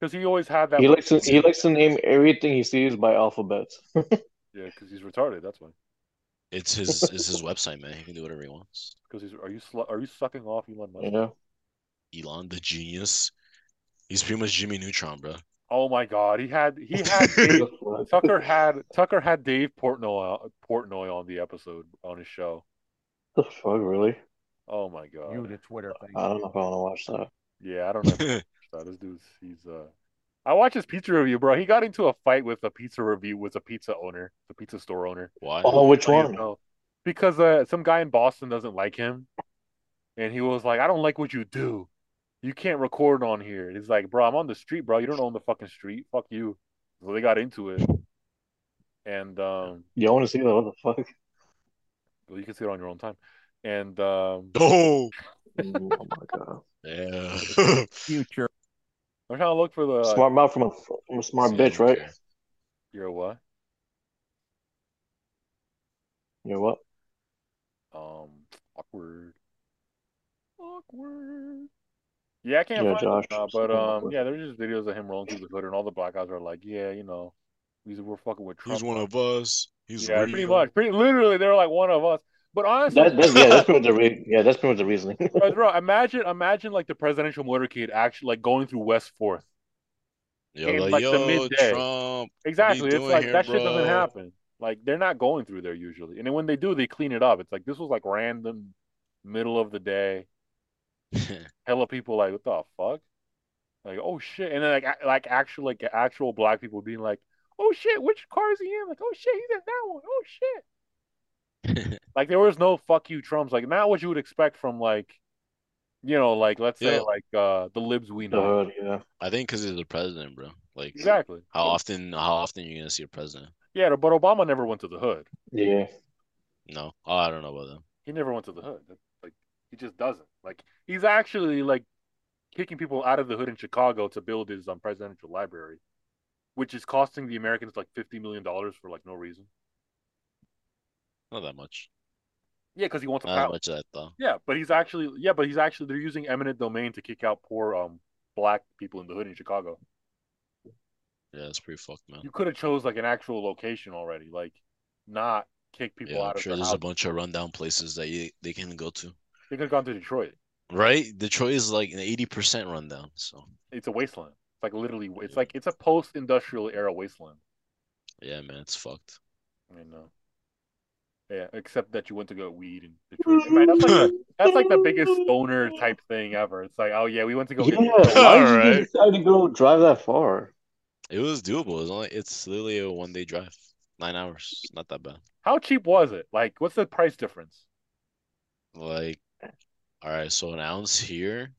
because he always had that
He likes to, he likes to name everything he sees by alphabets.
Yeah, because he's retarded, that's why.
It's his it's his website, man. He can do whatever he wants.
Because he's are you sl- are you sucking off Elon Musk?
Elon the genius. He's pretty much Jimmy Neutron, bro.
Oh my God, he had he had Dave, Tucker had Tucker had Dave Portnoy Portnoy on the episode on his show.
The fuck, really?
Oh my God,
You
to Twitter thing.
I don't know if I want to watch that.
Yeah, I don't know. if I watched that. This dude's he's uh I watched his pizza review, bro. He got into a fight with a pizza review with a pizza owner, the pizza store owner.
Why?
Oh, which
Like,
one?
you know, Because uh some guy in Boston doesn't like him. And he was like, I don't like what you do. You can't record on here. And he's like, bro, I'm on the street, bro. You don't own the fucking street. Fuck you. So they got into it. And um
Yeah, I want to see that. What the fuck?
well, you can see it on your own time. And um
Oh,
oh my god.
Yeah.
Future.
I'm trying to look for the
Smart mouth from a from a smart bitch, right?
You're a what?
You know what?
Um awkward. Awkward. Yeah, I can't
Yeah,
find
Josh,
it, uh, but
something
um,
awkward.
yeah, there's just videos of him rolling through the hood, and all the black guys are like, "Yeah, you know, he's we're fucking with Trump."
He's one of us. He's
yeah, pretty
real.
much, pretty literally, they're like one of us. But honestly,
That, that's yeah, that's pretty much the re- yeah, that's pretty much the reasoning.
bro, bro, imagine, imagine like the presidential motorcade actually like going through West Fourth.
Yo,
in,
like,
like, the
yo,
midday.
Trump.
Exactly, it's
doing
like
here,
that shit
bro?
doesn't happen. Like they're not going through there usually, and then when they do, they clean it up. It's like this was like random, middle of the day. hella people like, what the fuck? Like, oh shit. And then like a- like actual like actual black people being like, oh shit, which car is he in? Like, oh shit, he's in that one. Oh shit. Like there was no fuck you Trumps. Like not what you would expect from like, you know, like let's say
Yeah.
like uh the libs we
The
know.
hood, yeah.
I think because he's the president, bro. Like
Exactly.
How often? How often you gonna see a president?
Yeah, but Obama never went to the hood.
Yeah.
No. Oh, I don't know about them.
He never went to the hood. That's, Like he just doesn't. Like he's actually like kicking people out of the hood in Chicago to build his um, presidential library, which is costing the Americans like fifty million dollars for like no reason.
Not that much.
Yeah, because he wants to.
Not that much I thought.
Yeah, but he's actually yeah, but he's actually they're using eminent domain to kick out poor um black people in the hood in Chicago.
Yeah, it's pretty fucked, man.
You could have chose like an actual location already, like not kick people
Yeah,
out
I'm
of.
sure
their
there's
house.
a bunch of rundown places that you, they can go to.
They could have gone to Detroit.
Right? Detroit is like an 80% rundown, so
It's a wasteland. It's like literally, it's like it's a post-industrial era wasteland.
yeah, man, it's fucked.
I know. Yeah, except that you went to go weed in Detroit. Man, that's, like, that's like the biggest stoner type thing ever. It's like, oh yeah, we went to go.
Yeah,
get-
why did you decide to go drive that far?
It was doable. It's only it's literally a one day drive, nine hours. Not that bad.
How cheap was it? Like, what's the price difference?
Like, all right, so an ounce here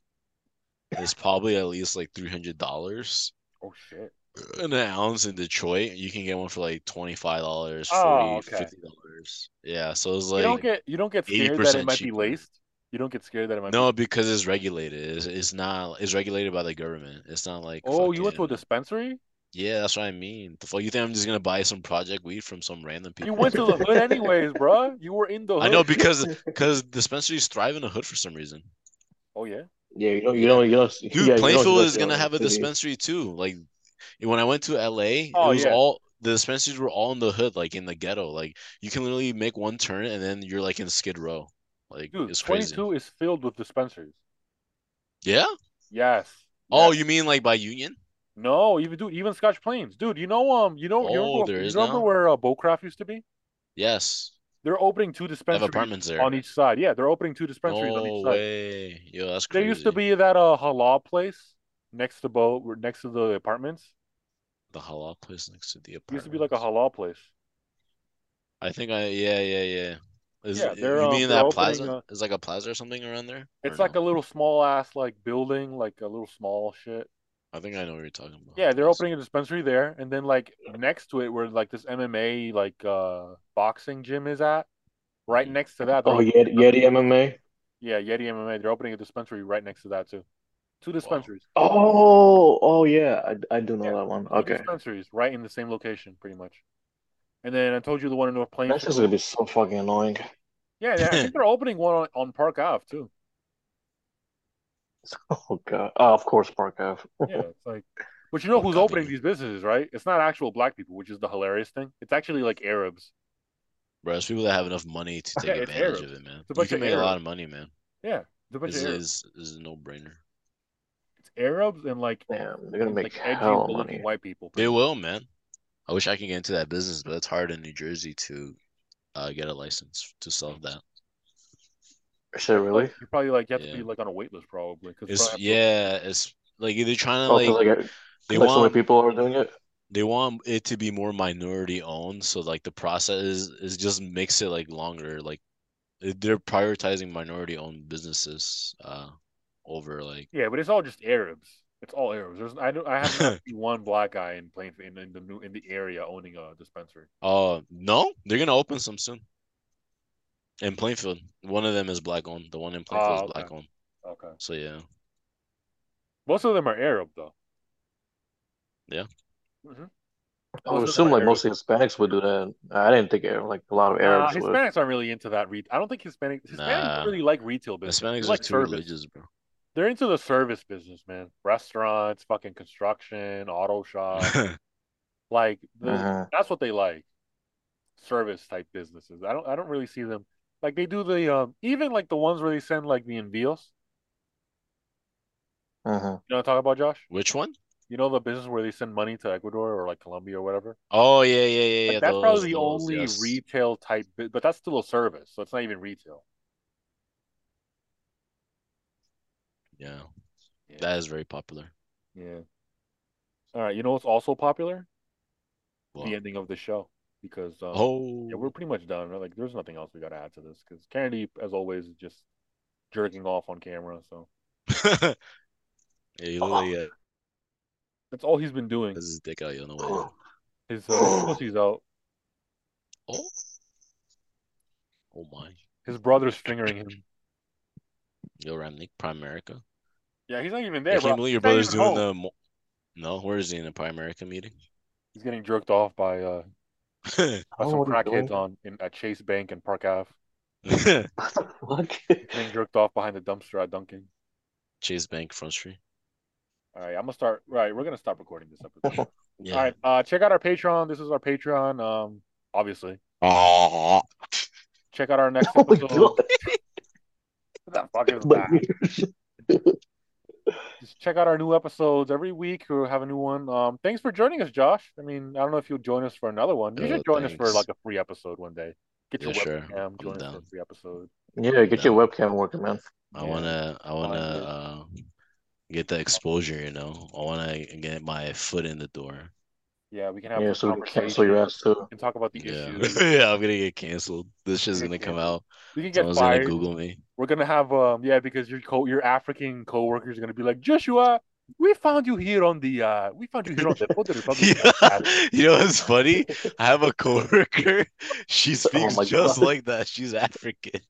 is probably at least like three hundred dollars.
Oh shit.
And an ounce in Detroit, you can get one for like twenty five dollars,
Oh,
forty,
okay.
fifty dollars. Yeah, so it's
you
like
don't get you don't get scared that it
80%
might
cheaper.
be laced. You don't get scared that it might.
no, because it's regulated. It's, it's not. It's regulated by the government. It's not like
be... Oh, you went to
uh,
a dispensary.
yeah, that's what I mean. The fuck, you think I'm just gonna buy some project weed from some random people?
You went to the hood anyways, bro. You were in the hood.
I know because because dispensaries thrive in the hood for some reason.
Oh yeah.
Yeah, you know, you know, you know,
Dude,
yeah, you know,
Plainfield
you
is gonna have a dispensary too. Like when I went to LA,
Oh,
it was
yeah.
all the dispensaries were all in the hood, like in the ghetto. Like you can literally make one turn and then you're like in Skid Row. Like
Dude,
it's crazy.
22 is filled with dispensaries.
Yeah?
Yes.
Oh, you mean like by Union?
No, even dude, even Scotch Plains, dude. You know, um, you know, you
Oh,
remember,
there
you
is
remember
now?
where uh, Bowcraft used to be?
Yes.
They're opening two
They have
dispensaries
apartments there.
on each side. Yeah, they're opening two dispensaries on
No
each side.
way. Yo, that's
There
crazy.
used to be that uh halal place next to Bo, next to the apartments.
The halal place next to the
It used to
apartment.
be like a halal place.
I think I yeah, yeah, yeah. Is
Yeah,
you
they're, um,
mean
they're
that
opening,
plaza?
uh,
Is like a plaza or something around there?
It's like a little small ass like building, like a little small shit.
I think I know what you're talking about.
Yeah, they're opening a dispensary there, and then like next to it, where like this MMA like uh boxing gym is at, right next to that. they're
Oh,
opening
Yeti, Yeti MMA.
Yeah, Yeti MMA. They're opening a dispensary right next to that too. Two dispensaries.
Oh, oh yeah, I, I do know that one.
Two
Okay,
dispensaries right in the same location, pretty much. And then I told you the one in North Plains.
that's just gonna be so fucking annoying.
Yeah, yeah, I think they're opening one on, on Park Ave too.
Oh god, oh, of course, Park Ave.
Yeah, it's like, but you know who's opening these businesses, right? It's not actual black people, which is the hilarious thing. It's actually like Arabs.
Bro, it's people that have enough money to take
Yeah, it's
advantage
Arabs.
of it, man.
It's a
You
bunch
can
of
make a lot
Arabs.
of money, man.
Yeah, it's a bunch
This
of Arabs.
is this is a no-brainer.
It's Arabs and like
they're gonna
like
make
edgy,
hell of
good-looking
money.
white people.
They will, man. I wish I could get into that business, but it's hard in New Jersey to uh, get a license to sell that.
Shit, really?
You're probably like you have to be like on a wait list probably because
It's yeah, it's like they're trying to
Oh, 'cause,
like
like, uh,
they
like so many
want
people are doing it.
they want it to be more minority owned, so like the process is, is just makes it like longer. Like eh, they're prioritizing minority owned businesses uh over like
Yeah, but it's all just Arabs. It's all Arabs. There's I don't I haven't not seen one black guy in plain in, in the new in the area owning a dispensary.
Uh, no, they're gonna open some soon. In Plainfield, one of them is black owned. The one in Plainfield
Ah,
is
okay.
black owned.
Okay.
So yeah,
Most of them are Arab though.
yeah.
Mhm.
I would assume Oh, like mostly Hispanics would do that. I didn't think uh, like a lot of
Uh,
Arabs would.
Hispanics aren't really into that. Re- I don't think Hispanic Hispanics don't
Nah.
really like retail business. They
Hispanics are
like
too
service.
religious, bro.
They're into the service business, man. Restaurants, fucking construction, auto shops. Like the,
Uh-huh.
that's what they like. Service type businesses. I don't I don't really see them like they do the um even like the ones where they send like the envios.
Uh-huh.
You know what I'm talking about, Josh?
Which one?
You know the business where they send money to Ecuador or like Colombia or whatever?
Oh yeah, yeah, yeah,
Like,
yeah.
that's
those,
probably the
those,
only
yes.
retail type, bu- but that's still a service, so it's not even retail.
Yeah. That is very popular.
Yeah. All right, you know what's also popular?
What?
The ending of the show because um,
Oh.
yeah, we're pretty much done. right? Like, there's nothing else we got to add to this because Kennedy, as always, is just jerking off on camera. So
Yeah, you literally uh,
that's all he's been doing.
has his dick out. You don't know
Oh.
what.
His uh, pussy's out.
Oh. Oh my.
His brother's fingering him.
Yo, Ramnik, Prime America.
Yeah, he's not even there,
I
bro.
can't believe your
He's
brother's
not even
doing
home.
the. mo- No, where is he in the Prime America meeting?
He's getting jerked off by uh by
don't
some
know what he's
crackheads
doing.
on in at Chase Bank and Park Ave.
Fuck.
He's getting jerked off behind the dumpster at Dunkin'.
Chase Bank Front Street.
All right, I'm gonna start. Right, we're gonna stop recording this episode.
Yeah.
All right, uh, check out our Patreon. This is our Patreon. Um, obviously,
Oh,
check out our next
Oh
episode. What the fuck is that? Just check out our new episodes every week. We'll have a new one. Um, thanks for joining us, Josh. I mean, I don't know if you'll join us for another one. You
Uh,
should join us for
thanks.
like a free episode one day. Get your
Yeah, sure.
webcam,
I'm
join us for a
down.
free episode.
Yeah, get your webcam working, man.
I wanna, I wanna uh, get the exposure. You know, I wanna get my foot in the door.
Yeah, we can have
Yeah,
some
so we can cancel your ass,
conversations.
too.
We can talk about the
Yeah,
issues.
yeah, I'm gonna get canceled. This shit's
You're
gonna come
canceled.
out.
We can get
Someone's gonna
fired.
Google me.
We're gonna have um yeah because your co your African coworkers are gonna be like Joshua, we found you here on the uh we found you here on the Photo Republic podcast."
You know what's funny? I have a coworker. She speaks
my
just
God.
like that. She's African.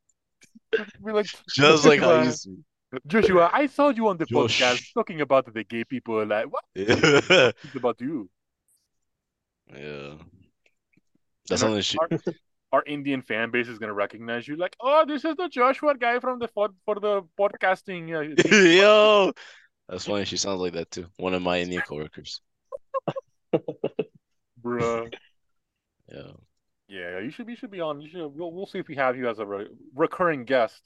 We're like
Just like how you
"Joshua,
speak.
Joshua, I saw you on the
Josh.
podcast talking about the gay people. Like what?
Yeah.
It's about you.
That's something
And
she.
our, our Indian fan base is gonna recognize you. Like, oh, this is the Joshua guy from the for, for the podcasting. Uh,
Yo, that's funny. She sounds like that too. One of my Indian coworkers.
bruh.
Yeah.
Yeah, you should you should be on. You should. We'll, we'll see if we have you as a re- recurring guest.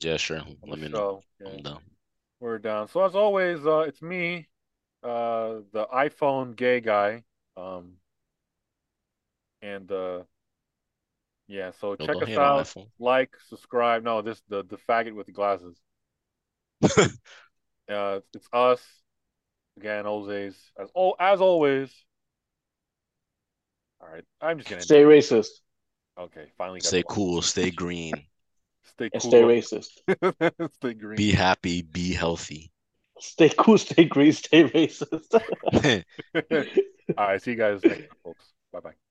Yeah, sure. Let me know.
So, yeah.
I'm down.
We're down. So as always, uh, it's me, uh, the iPhone gay guy. Um, and uh, yeah. So
No,
check
don't
us
hate on
out.
iPhone.
Like, subscribe. No, this the the faggot with the glasses. uh, it's us again, Jose's as oh as always. All right, I'm just gonna
Stay racist.
Okay, finally got
Stay
the one.
cool. Stay green.
Stay
And
cool.
stay racist.
stay green.
Be happy. Be healthy.
Stay cool, stay green, stay racist.
All right, see you guys next time, folks. Bye bye.